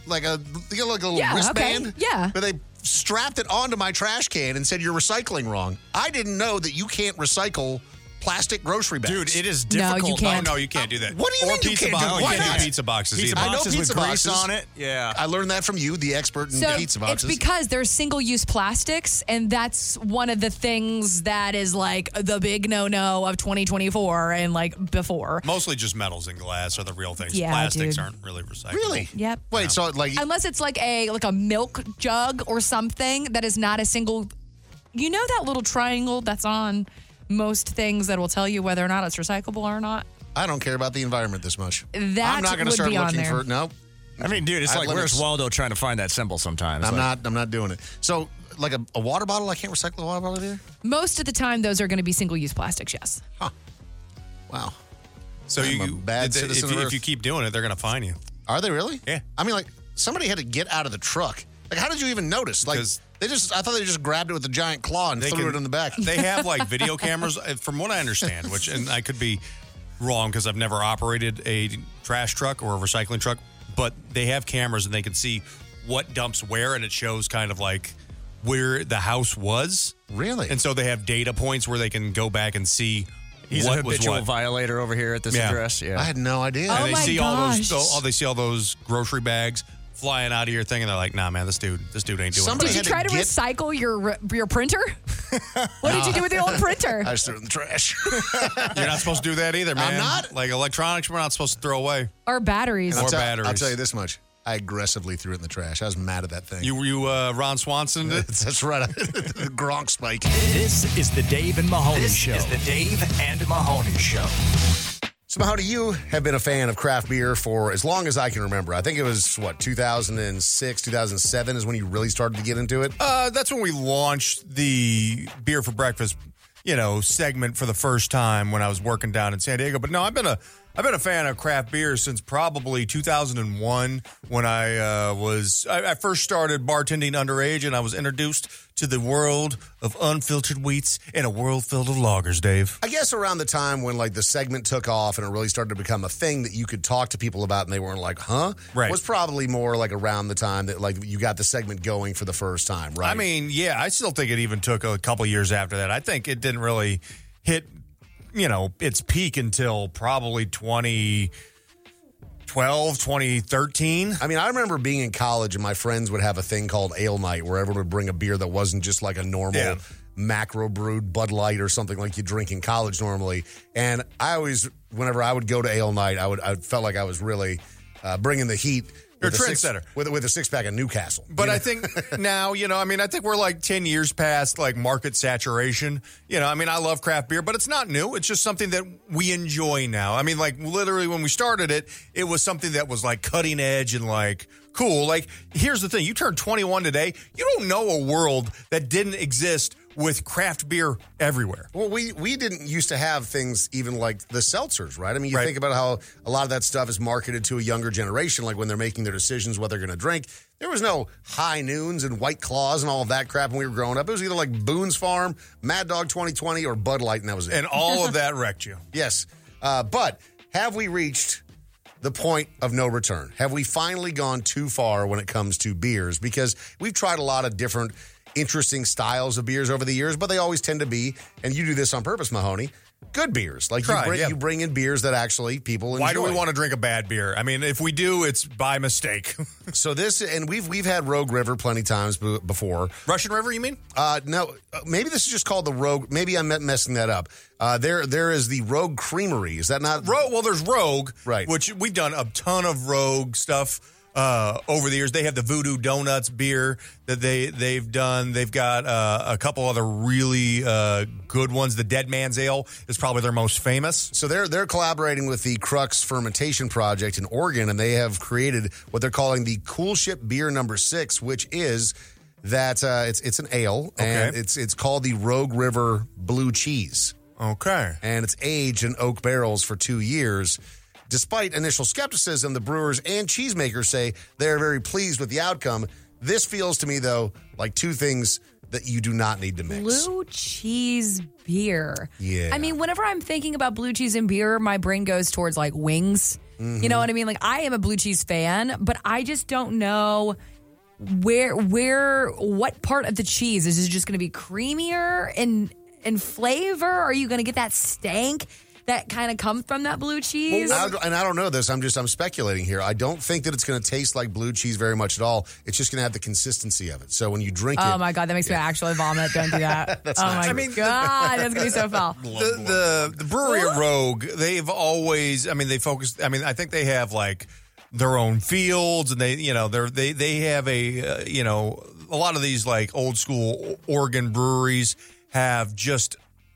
like a you know, like a little
Yeah, okay,
wristband.
yeah.
but they strapped it onto my trash can and said you're recycling wrong. I didn't know that you can't recycle plastic grocery bags,
Dude, it is
No, you
difficult.
can't.
no, you can't do that.
What do you
or
mean you
pizza
can't do
boxes?
that?
You
Why
can't do
not?
pizza boxes
Pizza
either.
I know
boxes
pizza
with grease
boxes.
on it. Yeah.
I learned that from you, the expert in
So
pizza boxes.
it's because there's single-use plastics, and that's one of the things that is like the big no-no of 2024 and like before.
Mostly just metals and glass are the real things.
Yeah,
Plastics
dude.
aren't really recycled.
Really?
Yep.
Wait, so like
unless it's like a like a milk jug or something that is not a single you know that little triangle that's on most things that will tell you whether or not it's recyclable or not
I don't care about the environment this much.
That
I'm not gonna
would
start
be on
looking
there.
for no.
I mean, dude, it's
I have
like, where's
limits.
Waldo trying to find that symbol sometimes?
I'm
Like,
not. I'm not doing it. So, like a, a water bottle, I can't recycle a water bottle either.
most of the time those are going to be single use plastics yes
Wow.
So
I'm
you,
a bad
if-
citizen of
if, you-
Earth.
if you keep doing it, they're going to fine you.
Are they really?
Yeah.
I mean, like somebody had to get out of the truck. Like, how did you even notice? Like,
Because-
they just. I thought they just grabbed it with a giant claw and
They
threw
can-
it in the back.
They
*laughs*
have like video cameras, uh, from what I understand, which, and I could be wrong because I've never operated a trash truck or a recycling truck, but they have cameras and they can see what dumps where and it shows kind of like where the house was.
Really?
And so they have data points where they can go back and see
He's
what
a
was
habitual
what.
violator over here at *laughs* this
Yeah.
address. Yeah. Oh
I had no idea. Oh
and they
my
see all those
gosh.
all they see all those grocery bags flying out of your thing and they're like, "Nah, man, this dude this dude ain't doing
Somebody
did you
it."
had to
try to
get-
recycle your re-
*laughs*
your printer what did you do with your old printer
I just threw it in the trash.
*laughs* You're not supposed to do that either, man.
not.
Like electronics, we're not supposed to throw away.
or batteries
Or
I'll tell- I'll
batteries.
tell you this much. I aggressively threw it in the trash. I was mad at that thing.
You you uh, Ron Swanson did?
*laughs* That's right. the Gronk spike.
This is the Dave and Mahoney
This
Show.
is the
Dave and Mahoney Show.
So, Mahoney, you have been a fan of craft beer for as long as I can remember. I think it was, what, 2006, 2007 is when you really started to get into it?
Uh, that's when we launched the beer for breakfast, you know, segment for the first time when I was working down in San Diego. But no, I've been a I've been a fan of craft beer since probably 2001 when I uh, was I, I first started bartending underage and I was introduced to the world of unfiltered wheats and a world filled of lagers, Dave.
I guess around the time when like the segment took off and it really started to become a thing that you could talk to people about and they weren't like, huh?
Right.
Was probably more like around the time that like you got the segment going for the first time, right?
I mean, yeah, I still think it even took a couple years after that. I think it didn't really hit, you know, its peak until probably 2012, 2013.
I mean, I remember being in college and my friends would have a thing called ale night where everyone would bring a beer that wasn't just like a normal
Yeah.
macro brewed Bud Light or something like you drink in college normally. And I always, whenever I would go to ale night, I would I felt like I was really uh, bringing the heat.
You're
with
a
a six-
trendsetter.
with, with a six pack of Newcastle.
But I think now, you know, I mean, I think we're like 10 years past like market saturation. You know, I mean, I love craft beer, but it's not new. It's just something that we enjoy now. I mean, like literally when we started it, it was something that was like cutting edge and like cool. Like, here's the thing you turn 21 today, you don't know a world that didn't exist with craft beer everywhere.
Well, we we didn't used to have things even like the seltzers, right? I mean, you think about how a lot of that stuff is marketed to a younger generation, like when they're making their decisions what they're going to drink. There was no high noons and white claws and all of that crap when we were growing up. It was either like Boone's Farm, Mad Dog 2020, or Bud Light, and that was it.
And all of that wrecked you.
yes, uh, but have we reached the point of no return? Have we finally gone too far when it comes to beers? Because we've tried a lot of different interesting styles of beers over the years, but they always tend to be, and you do this on purpose, Mahoney, good beers. Like
Try,
you, bring,
yeah.
you bring in beers that actually people enjoy.
Why do we *laughs* want to drink a bad beer? I mean, if we do, it's by mistake.
*laughs*
*laughs*
So this, and we've we've had Rogue River plenty times b- before.
Russian River, you mean?
Uh, no, uh, maybe this is just called the Rogue. Maybe I'm messing that up. Uh, there, there is the Rogue Creamery. Is that not
Rogue. Well, there's Rogue,
Right.
Which we've done a ton of Rogue stuff uh, over the years. They have the Voodoo Donuts beer that they they've done. They've got uh, a couple other really uh, good ones. The Dead Man's Ale is probably their most famous.
So they're they're collaborating with the Crux Fermentation Project in Oregon, and they have created what they're calling the Cool Ship Beer Number Six, which is that uh, it's it's an ale, and
Okay.
it's it's called the Rogue River Blue Cheese,
Okay.
and it's aged in oak barrels for two years. Despite initial skepticism, the brewers and cheesemakers say they are very pleased with the outcome. This feels to me though like two things that you do not need to mix.
Blue cheese beer.
Yeah.
I mean, whenever I'm thinking about blue cheese and beer, my brain goes towards like wings. You
Mm-hmm.
know what I mean? Like I am a blue cheese fan, but I just don't know where where what part of the cheese is it just going to be creamier and and flavor? Are you going to get that stank that kind of comes from that blue cheese?
Well, I- and I don't know this. I'm just I'm speculating here. I don't think that it's going to taste like blue cheese very much at all. It's just going to have the consistency of it. So when you drink
Oh
it,
my god, that makes me actually vomit. Don't
*laughs*
do that. oh my god, that's gonna be so foul.
the, the the brewery at Rogue, they've always. I mean, they focus. I mean, I think they have like their own fields, and they you know they're they they have a uh, you know a lot of these like old school Oregon breweries have just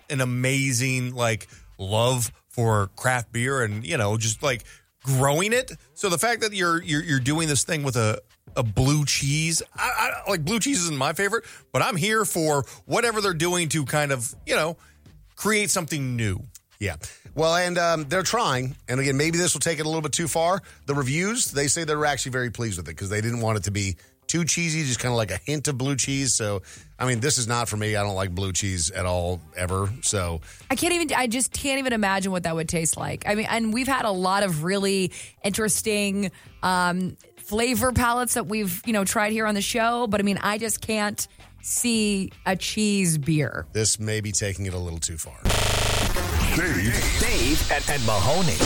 an amazing like love for craft beer, and you know just like growing it. So the fact that you're you're, you're doing this thing with a a blue cheese, I, I like blue cheese isn't my favorite, but I'm here for whatever they're doing to kind of you know create something new.
yeah. Well, and um, they're trying. And again, maybe this will take it a little bit too far. The reviews they say they're actually very pleased with it because they didn't want it to be too cheesy, just kind of like a hint of blue cheese. So I mean, this is not for me. I don't like blue cheese at all ever. So
I can't even. I just can't even imagine what that would taste like. I mean, and we've had a lot of really interesting um, flavor palettes that we've you know tried here on the show, but I mean, I just can't see a cheese beer.
this may be taking it a little too far.
Dave, Dave and, and Mahoney.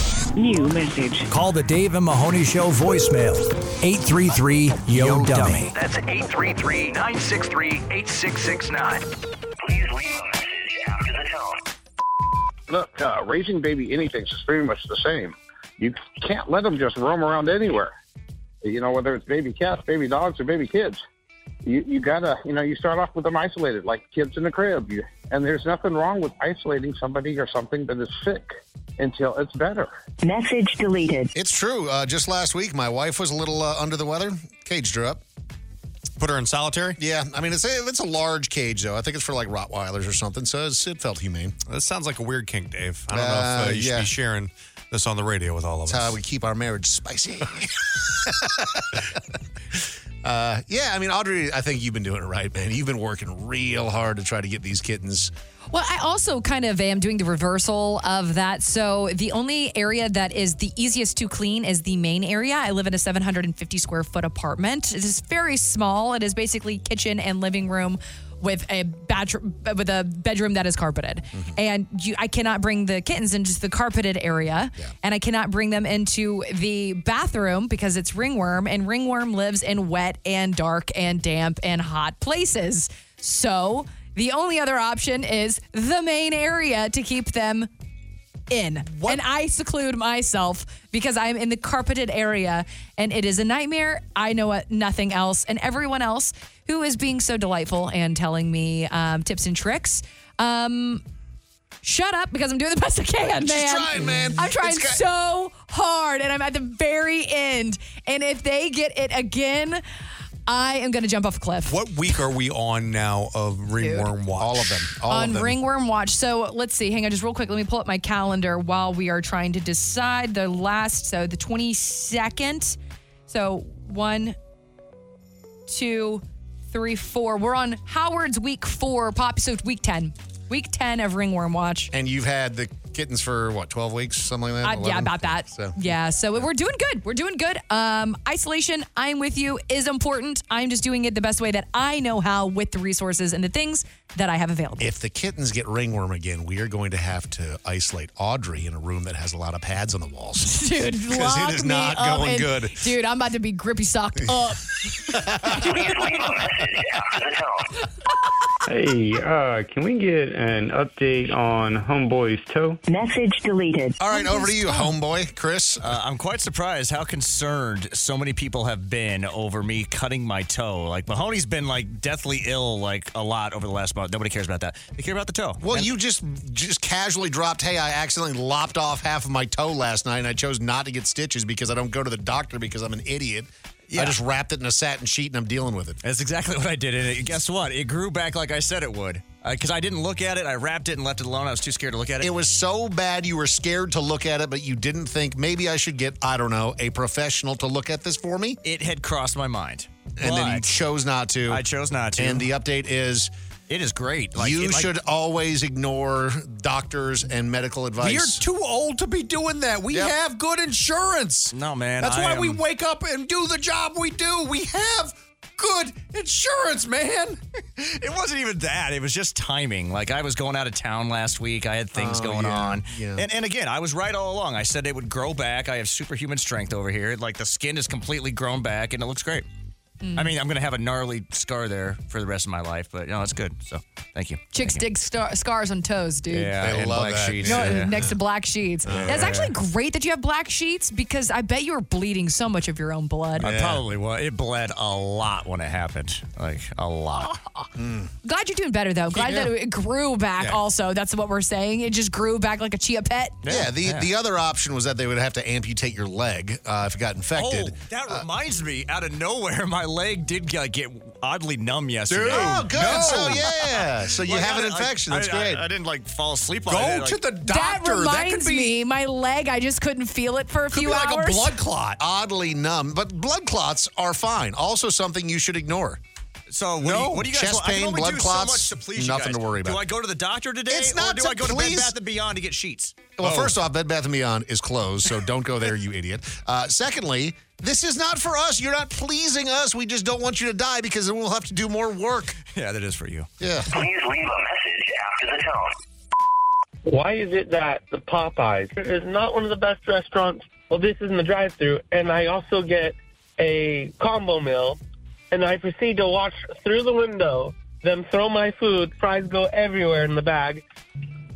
New message.
Call the Dave and Mahoney Show voicemail 833 Yo Dummy.
That's 833 963 8669. Please leave a message after the tone.
Look, uh, raising baby anything's is pretty much the same. You can't let them just roam around anywhere. You know, whether it's baby cats, baby dogs, or baby kids. You, you gotta, you know, you start off with them isolated, like kids in the crib. You, and there's nothing wrong with isolating somebody or something that is sick until it's better.
Message deleted.
It's true. Uh, just last week, my wife was a little uh, under the weather. Caged her up.
Put her in solitary?
Yeah. I mean, it's a, it's a large cage, though. I think it's for like Rottweilers or something. So it's, it felt humane.
That sounds like a weird kink, Dave. I don't know if uh,
Uh,
you should
yeah.
be sharing this on the radio with all of
That's
us.
how we keep our marriage
*laughs*
spicy. *laughs* uh, yeah, I mean, Audrey, I think you've been doing it right, man. You've been working real hard to try to get these kittens.
Well, I also kind of am doing the reversal of that. So the only area that is the easiest to clean is the main area. I live in a 750 square foot apartment. It is very small. It is basically kitchen and living room with a bedroom with a bedroom that is carpeted. And you I cannot bring the kittens into the carpeted area and I cannot bring them into the bathroom because it's ringworm and ringworm lives in wet and dark and damp and hot places. So the only other option is the main area to keep them in. And I seclude myself because I'm in the carpeted area and it is a nightmare. I know uh, nothing else. And everyone else who is being so delightful and telling me um, tips and tricks. Um, Shut up because I'm doing the *laughs* best I can, man.
She's trying, man.
I'm trying
It's got-
so hard and I'm at the very end. And if they get it again, I am going to jump off a cliff.
What week are we on now of Ringworm Watch? All of them.
on Ringworm Watch. So let's see. Hang on just real quick. Let me pull up my calendar while we are trying to decide the last. So the 22nd. So one, two, three, four. We're on Howard's week four, Pop. So week 10. Week 10 of Ringworm Watch.
And you've had the kittens for what, 12 weeks, something like
Uh,
that?
yeah,
11?
about that.
So.
Yeah, so we're doing good. We're doing good. Um, isolation, I'm with you, is important. I'm just doing it the best way that I know how with the resources and the things that I have available.
If the kittens get ringworm again, we are going to have to isolate Audrey in a room that has a lot of pads on the walls.
*laughs*
*laughs*
Dude,
because
lock
it is
me
not
up
going
and-
good.
Dude, I'm about to be grippy socked up.
Hey, uh, can we get an update on Homeboy's toe?
Message deleted.
All right, over to you, homeboy, Chris.
Uh, I'm quite surprised how concerned so many people have been over me cutting my toe. Like Mahoney's been like deathly ill like a lot over the last month. Nobody cares about that. They care about the *laughs* toe.
Well, you just just casually dropped, "Hey, I accidentally lopped off half of my toe last night, and I chose not to get stitches because I don't go to the doctor because I'm an idiot. I just wrapped it in a satin sheet and I'm dealing with it."
That's exactly what I did. And it, guess what? It grew back like I said it would. Because I didn't look at it. I wrapped it and left it alone. I was too scared to look at it.
It was so bad you were scared to look at it, but you didn't think maybe I should get I don't know a professional to look at this for me.
It had crossed my mind,
and then you
But-
chose not to.
I chose not to.
And the update is.
It is great. Like,
you
it- like-
should always ignore doctors and medical advice.
We are
too old to be doing that. We have good insurance.
No, man.
That's
I
why
am-
we wake up and do the job we do. We have good insurance, *laughs* man.
it wasn't even that. It was just timing. Like I was going out of town last week. I had things
Oh,
going
yeah,
on.
yeah.
And and again, I was right all along. I said it would grow back. I have superhuman strength over here. Like the skin is completely grown back and it looks great. I mean, I'm gonna have a gnarly scar there for the rest of my life, but no, it's good. So thank you.
Chicks
Thank you.
dig star- scars on toes, dude.
Yeah, They and love black that. sheets.
No,
Yeah.
next to black sheets. That's
Yeah.
actually great that you have black sheets because I bet you were bleeding so much of your own blood.
I probably was. It bled a lot when it happened. Like a lot. Mm.
Glad you're doing better though. Glad
Yeah.
that it grew back.
Yeah.
Also, that's what we're saying. It just grew back like a chia pet.
Yeah, the, the other option was that they would have to amputate your leg uh, if it got infected. Uh,
Oh, that reminds me. Out of nowhere, my leg did like, get oddly numb yesterday.
Dude, Oh, good. So, yeah. So you have an
I- I-
infection. That's
I-
great.
I, I didn't like fall asleep. on
Go
it.
to
like-
the
That reminds me, my leg. I just couldn't feel it for a few hours.
clot. Oddly numb, but blood clots are fine. Also, something you should ignore.
So what,
no,
what do you guys
chest
want? I can
pain,
only
blood
do so
clots,
much to please you
nothing
guys.
to worry about.
Do I go to the doctor today?
It's not
or do
to
I go to
please-
Bed Bath and Beyond to get sheets?
Well,
Oh.
first off, Bed Bath and Beyond is closed, so don't go there, you idiot. Uh, secondly, this is not for us. You're not pleasing us. We just don't want you to die because then we'll have to do more work.
yeah, that is for you.
Yeah.
Please leave a message after the tone.
Why is it that the Popeyes is not one of the best restaurants? Well, this is in the drive through and I also get a combo meal, and I proceed to watch through the window them throw my food, fries go everywhere in the bag.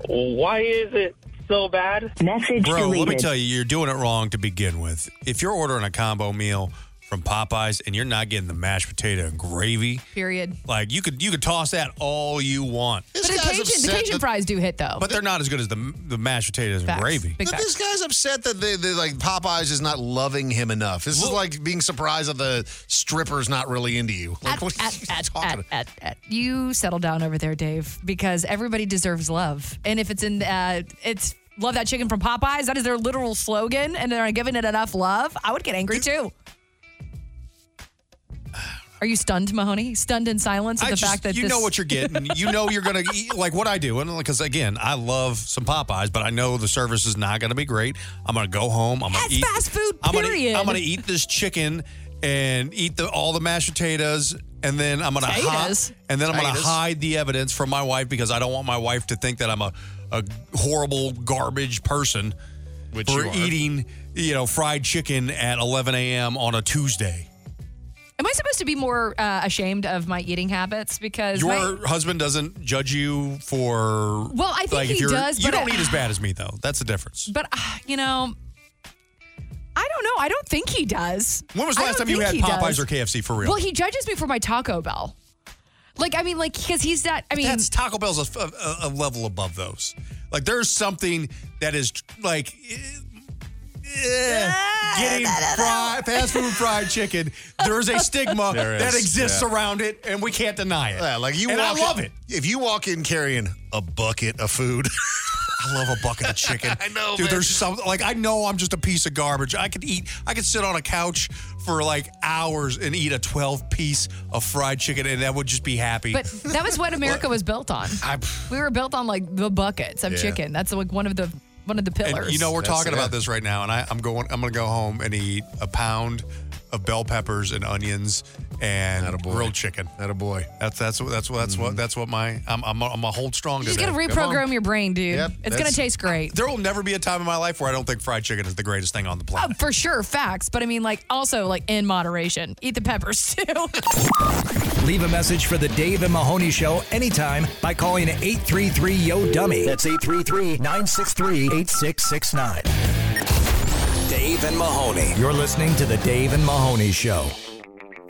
Why is it so bad?
Message
Bro, let me tell you, you're doing it wrong to begin with. If you're ordering a combo meal from Popeyes, and you're not getting the mashed potato and gravy.
Period.
Like you could you could toss that all you want,
but the Cajun, the Cajun fries do hit though.
but they're not as good as the the mashed potatoes and
Facts.
gravy.
Big
But this guy's upset that they, they like Popeyes is not loving him enough. This is like being surprised that the stripper's not really into you. Like, what are you talking about?
You settle down over there, Dave, because everybody deserves love, and if it's in, uh, it's love that chicken from Popeyes. That is their literal slogan, and they're not giving it enough love. I would get angry too. Are you stunned, Mahoney? Stunned in silence at the fact that
you
this-
know what
*laughs*
you're getting. You know you're gonna eat like what I do, and because again, I love some Popeyes, but I know the service is not gonna be great. I'm gonna go home. I'm gonna eat
fast food.
I'm gonna, e,
period.
I'm gonna eat this chicken and eat the, all the mashed potatoes, and then I'm gonna hi-
Potatoes?
and then I'm
Potatoes.
gonna hide the evidence from my wife because I don't want my wife to think that I'm a, a horrible garbage person
Which
for
you are.
eating you know fried chicken at 11 a.m. on a Tuesday.
Am I supposed to be more uh, ashamed of my eating habits because my-
Your husband doesn't judge you for.
Well, I think
like, if
he
you're-
does,
You
but
don't
I-
eat as bad as me, though. That's the difference.
But uh, you know, I don't know. I don't think he does.
When was the
I
last
don't
time you
think
had
he
Popeyes
does.
or KFC for real?
Well, he judges me for my Taco Bell. Like, I mean, like because he's that. I mean,
That's Taco Bell's a, a, a level above those. Like there's something that is like eh,
*laughs*
getting fried, fast food fried chicken. There is a stigma
*laughs* There is,
that exists
yeah.
around it, and we can't deny it.
Yeah, like you
and I
walk
love
in,
it.
If you walk in carrying a bucket of food, *laughs*
I love a bucket of chicken. *laughs* I know, dude.
man.
There's something like I know I'm just a piece of garbage. I could eat. I could sit on a couch for like hours and eat a 12 piece of fried chicken, and that would just be happy.
but that was
*laughs*
what America was built on.
I-
we were built on like the buckets of
Yeah.
chicken. That's like one of the one of the pillars.
And you know we're talking about this right now, and I, I'm going. I'm going to go home and eat a pound of bell peppers and onions and grilled chicken. That a boy. That's that's what that's what that's what that's what my I'm I'm a, I'm a hold strong.
You just
today.
gotta
Come on.
reprogram your brain, dude.
Yep,
it's gonna
that's-
taste
*laughs*
great.
There will never be a time in my life where I don't think fried chicken is the greatest thing on the planet.
Oh, for sure, facts. But I mean, like, also like in moderation. Eat the peppers *laughs* too.
Leave a message for the Dave and Mahoney Show anytime by calling 833 Yo Dummy. That's 833 963 8669. Dave and Mahoney. You're listening to the Dave and Mahoney Show.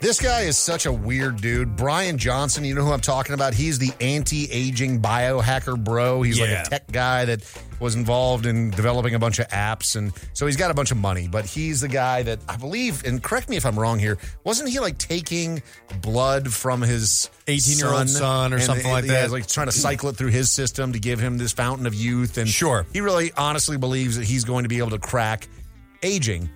This guy is such a weird dude. Brian Johnson, you know who I'm talking about? He's the anti aging biohacker bro. He's like
Yeah.
a tech guy that was involved in developing a bunch of apps. And so he's got a bunch of money, but he's the guy that I believe, and correct me if I'm wrong here, wasn't he like taking blood from his
18-year-old son or
And-
something like
yeah,
that?
Like trying to cycle it through his system to give him this fountain of youth. And sure. He really honestly believes that he's going to be able to crack aging.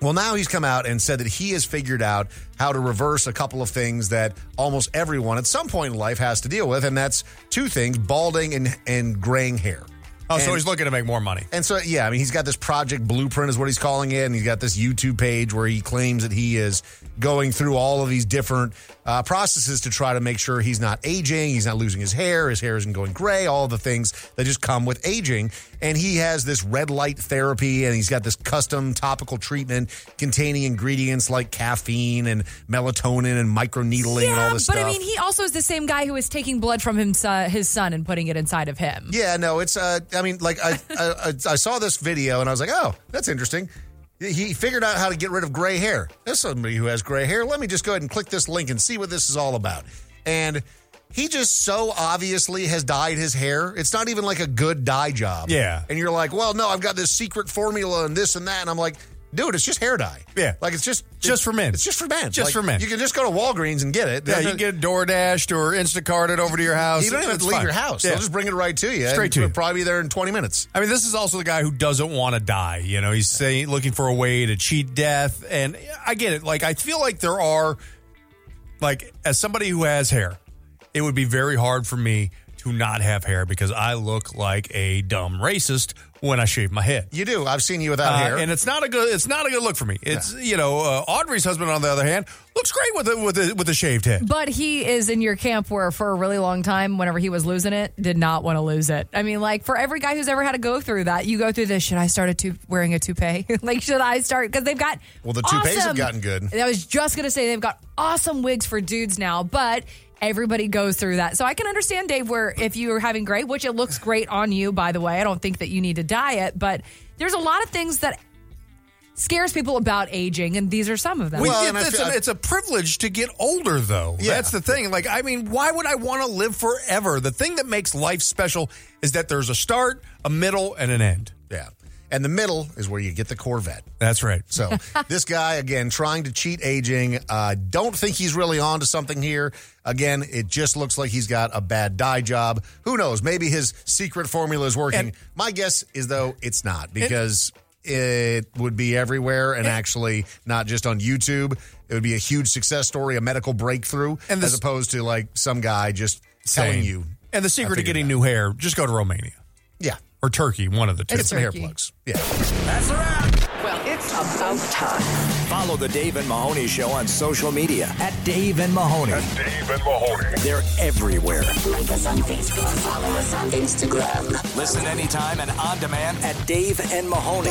Well, now he's come out and said that he has figured out how to reverse a couple of things that almost everyone at some point in life has to deal with, and that's two things: balding and and graying hair.
Oh, so
And-
he's looking to make more money.
and so, yeah, I mean, he's got this project blueprint, is what he's calling it. And he's got this YouTube page where he claims that he is going through all of these different uh, processes to try to make sure he's not aging, he's not losing his hair, his hair isn't going gray, all the things that just come with aging. And he has this red light therapy and he's got this custom topical treatment containing ingredients like caffeine and melatonin and microneedling and all
Yeah,
this
but
stuff.
I mean, he also is the same guy who is taking blood from him, uh, his son and putting it inside of him.
Yeah, no, it's. Uh, I mean, like I, I, I, I saw this video and I was like, oh, that's interesting. He figured out how to get rid of gray hair. There's somebody who has gray hair. Let me just go ahead and click this link and see what this is all about. And he just so obviously has dyed his hair. It's not even like a good dye job.
Yeah.
And you're like, well, no, I've got this secret formula and this and that. And I'm like, dude, it's just hair dye.
Yeah.
Like it's just
Just for men.
It's just for men.
Just
Like,
for men.
You can just go to Walgreens and get it.
Yeah, you can get DoorDashed or Instacarted over to your house.
You don't even have to
It's
leave
fine.
your house.
Yeah.
They'll just bring it right to you.
Straight
and
to you.
It'll probably be there in 20 minutes.
I mean, this is also the guy who doesn't want to die. You know, he's saying looking for a way to cheat death, and I get it. Like, I feel like there are, like, as somebody who has hair, it would be very hard for me to not have hair because I look like a dumb racist when I shave my head.
You do. I've seen you without
Uh,
hair.
and it's not a good. It's not a good look for me. It's you know, uh, Audrey's husband on the other hand looks great with a, with a, with a shaved head.
But he is in your camp where, for a really long time, whenever he was losing it, did not want to lose it. I mean, like for every guy who's ever had to go through that, you go through this. Should I start a tou- wearing a toupee? *laughs* like, should I start? Because they've got
Well, the toupees have
awesome-
gotten good.
I was just gonna say they've got awesome wigs for dudes now, but. Everybody goes through that. So I can understand, Dave, where if you are having gray, which it looks great on you, by the way, I don't think that you need to dye it, but there's a lot of things that scares people about aging, and these are some of them.
Well, it's, a, it's a privilege to get older, though.
Yeah.
That's the thing. Like, I mean, why would I want to live forever? The thing that makes life special is that there's a start, a middle, and an end.
Yeah. And the middle is where you get the Corvette.
That's right.
*laughs* So
*laughs*
this guy again trying to cheat aging. Uh, don't think he's really on to something here. Again, it just looks like he's got a bad dye job. Who knows? Maybe his secret formula is working. My guess is though it's not because it would be everywhere and actually not just on YouTube. It would be a huge success story, a medical breakthrough,
And this-
as opposed to like some guy just telling
Saying-
you.
And the secret to getting new hair, just go to Romania.
Yeah.
Or Turkey, one of the two.
Get some hair plugs. Yeah.
That's a wrap. Well, it's about time. Follow the Dave and Mahoney Show on social media at Dave and Mahoney. At Dave and Mahoney. They're everywhere. Like us on Facebook. Follow us on Instagram. Listen anytime and on demand at Dave and Mahoney.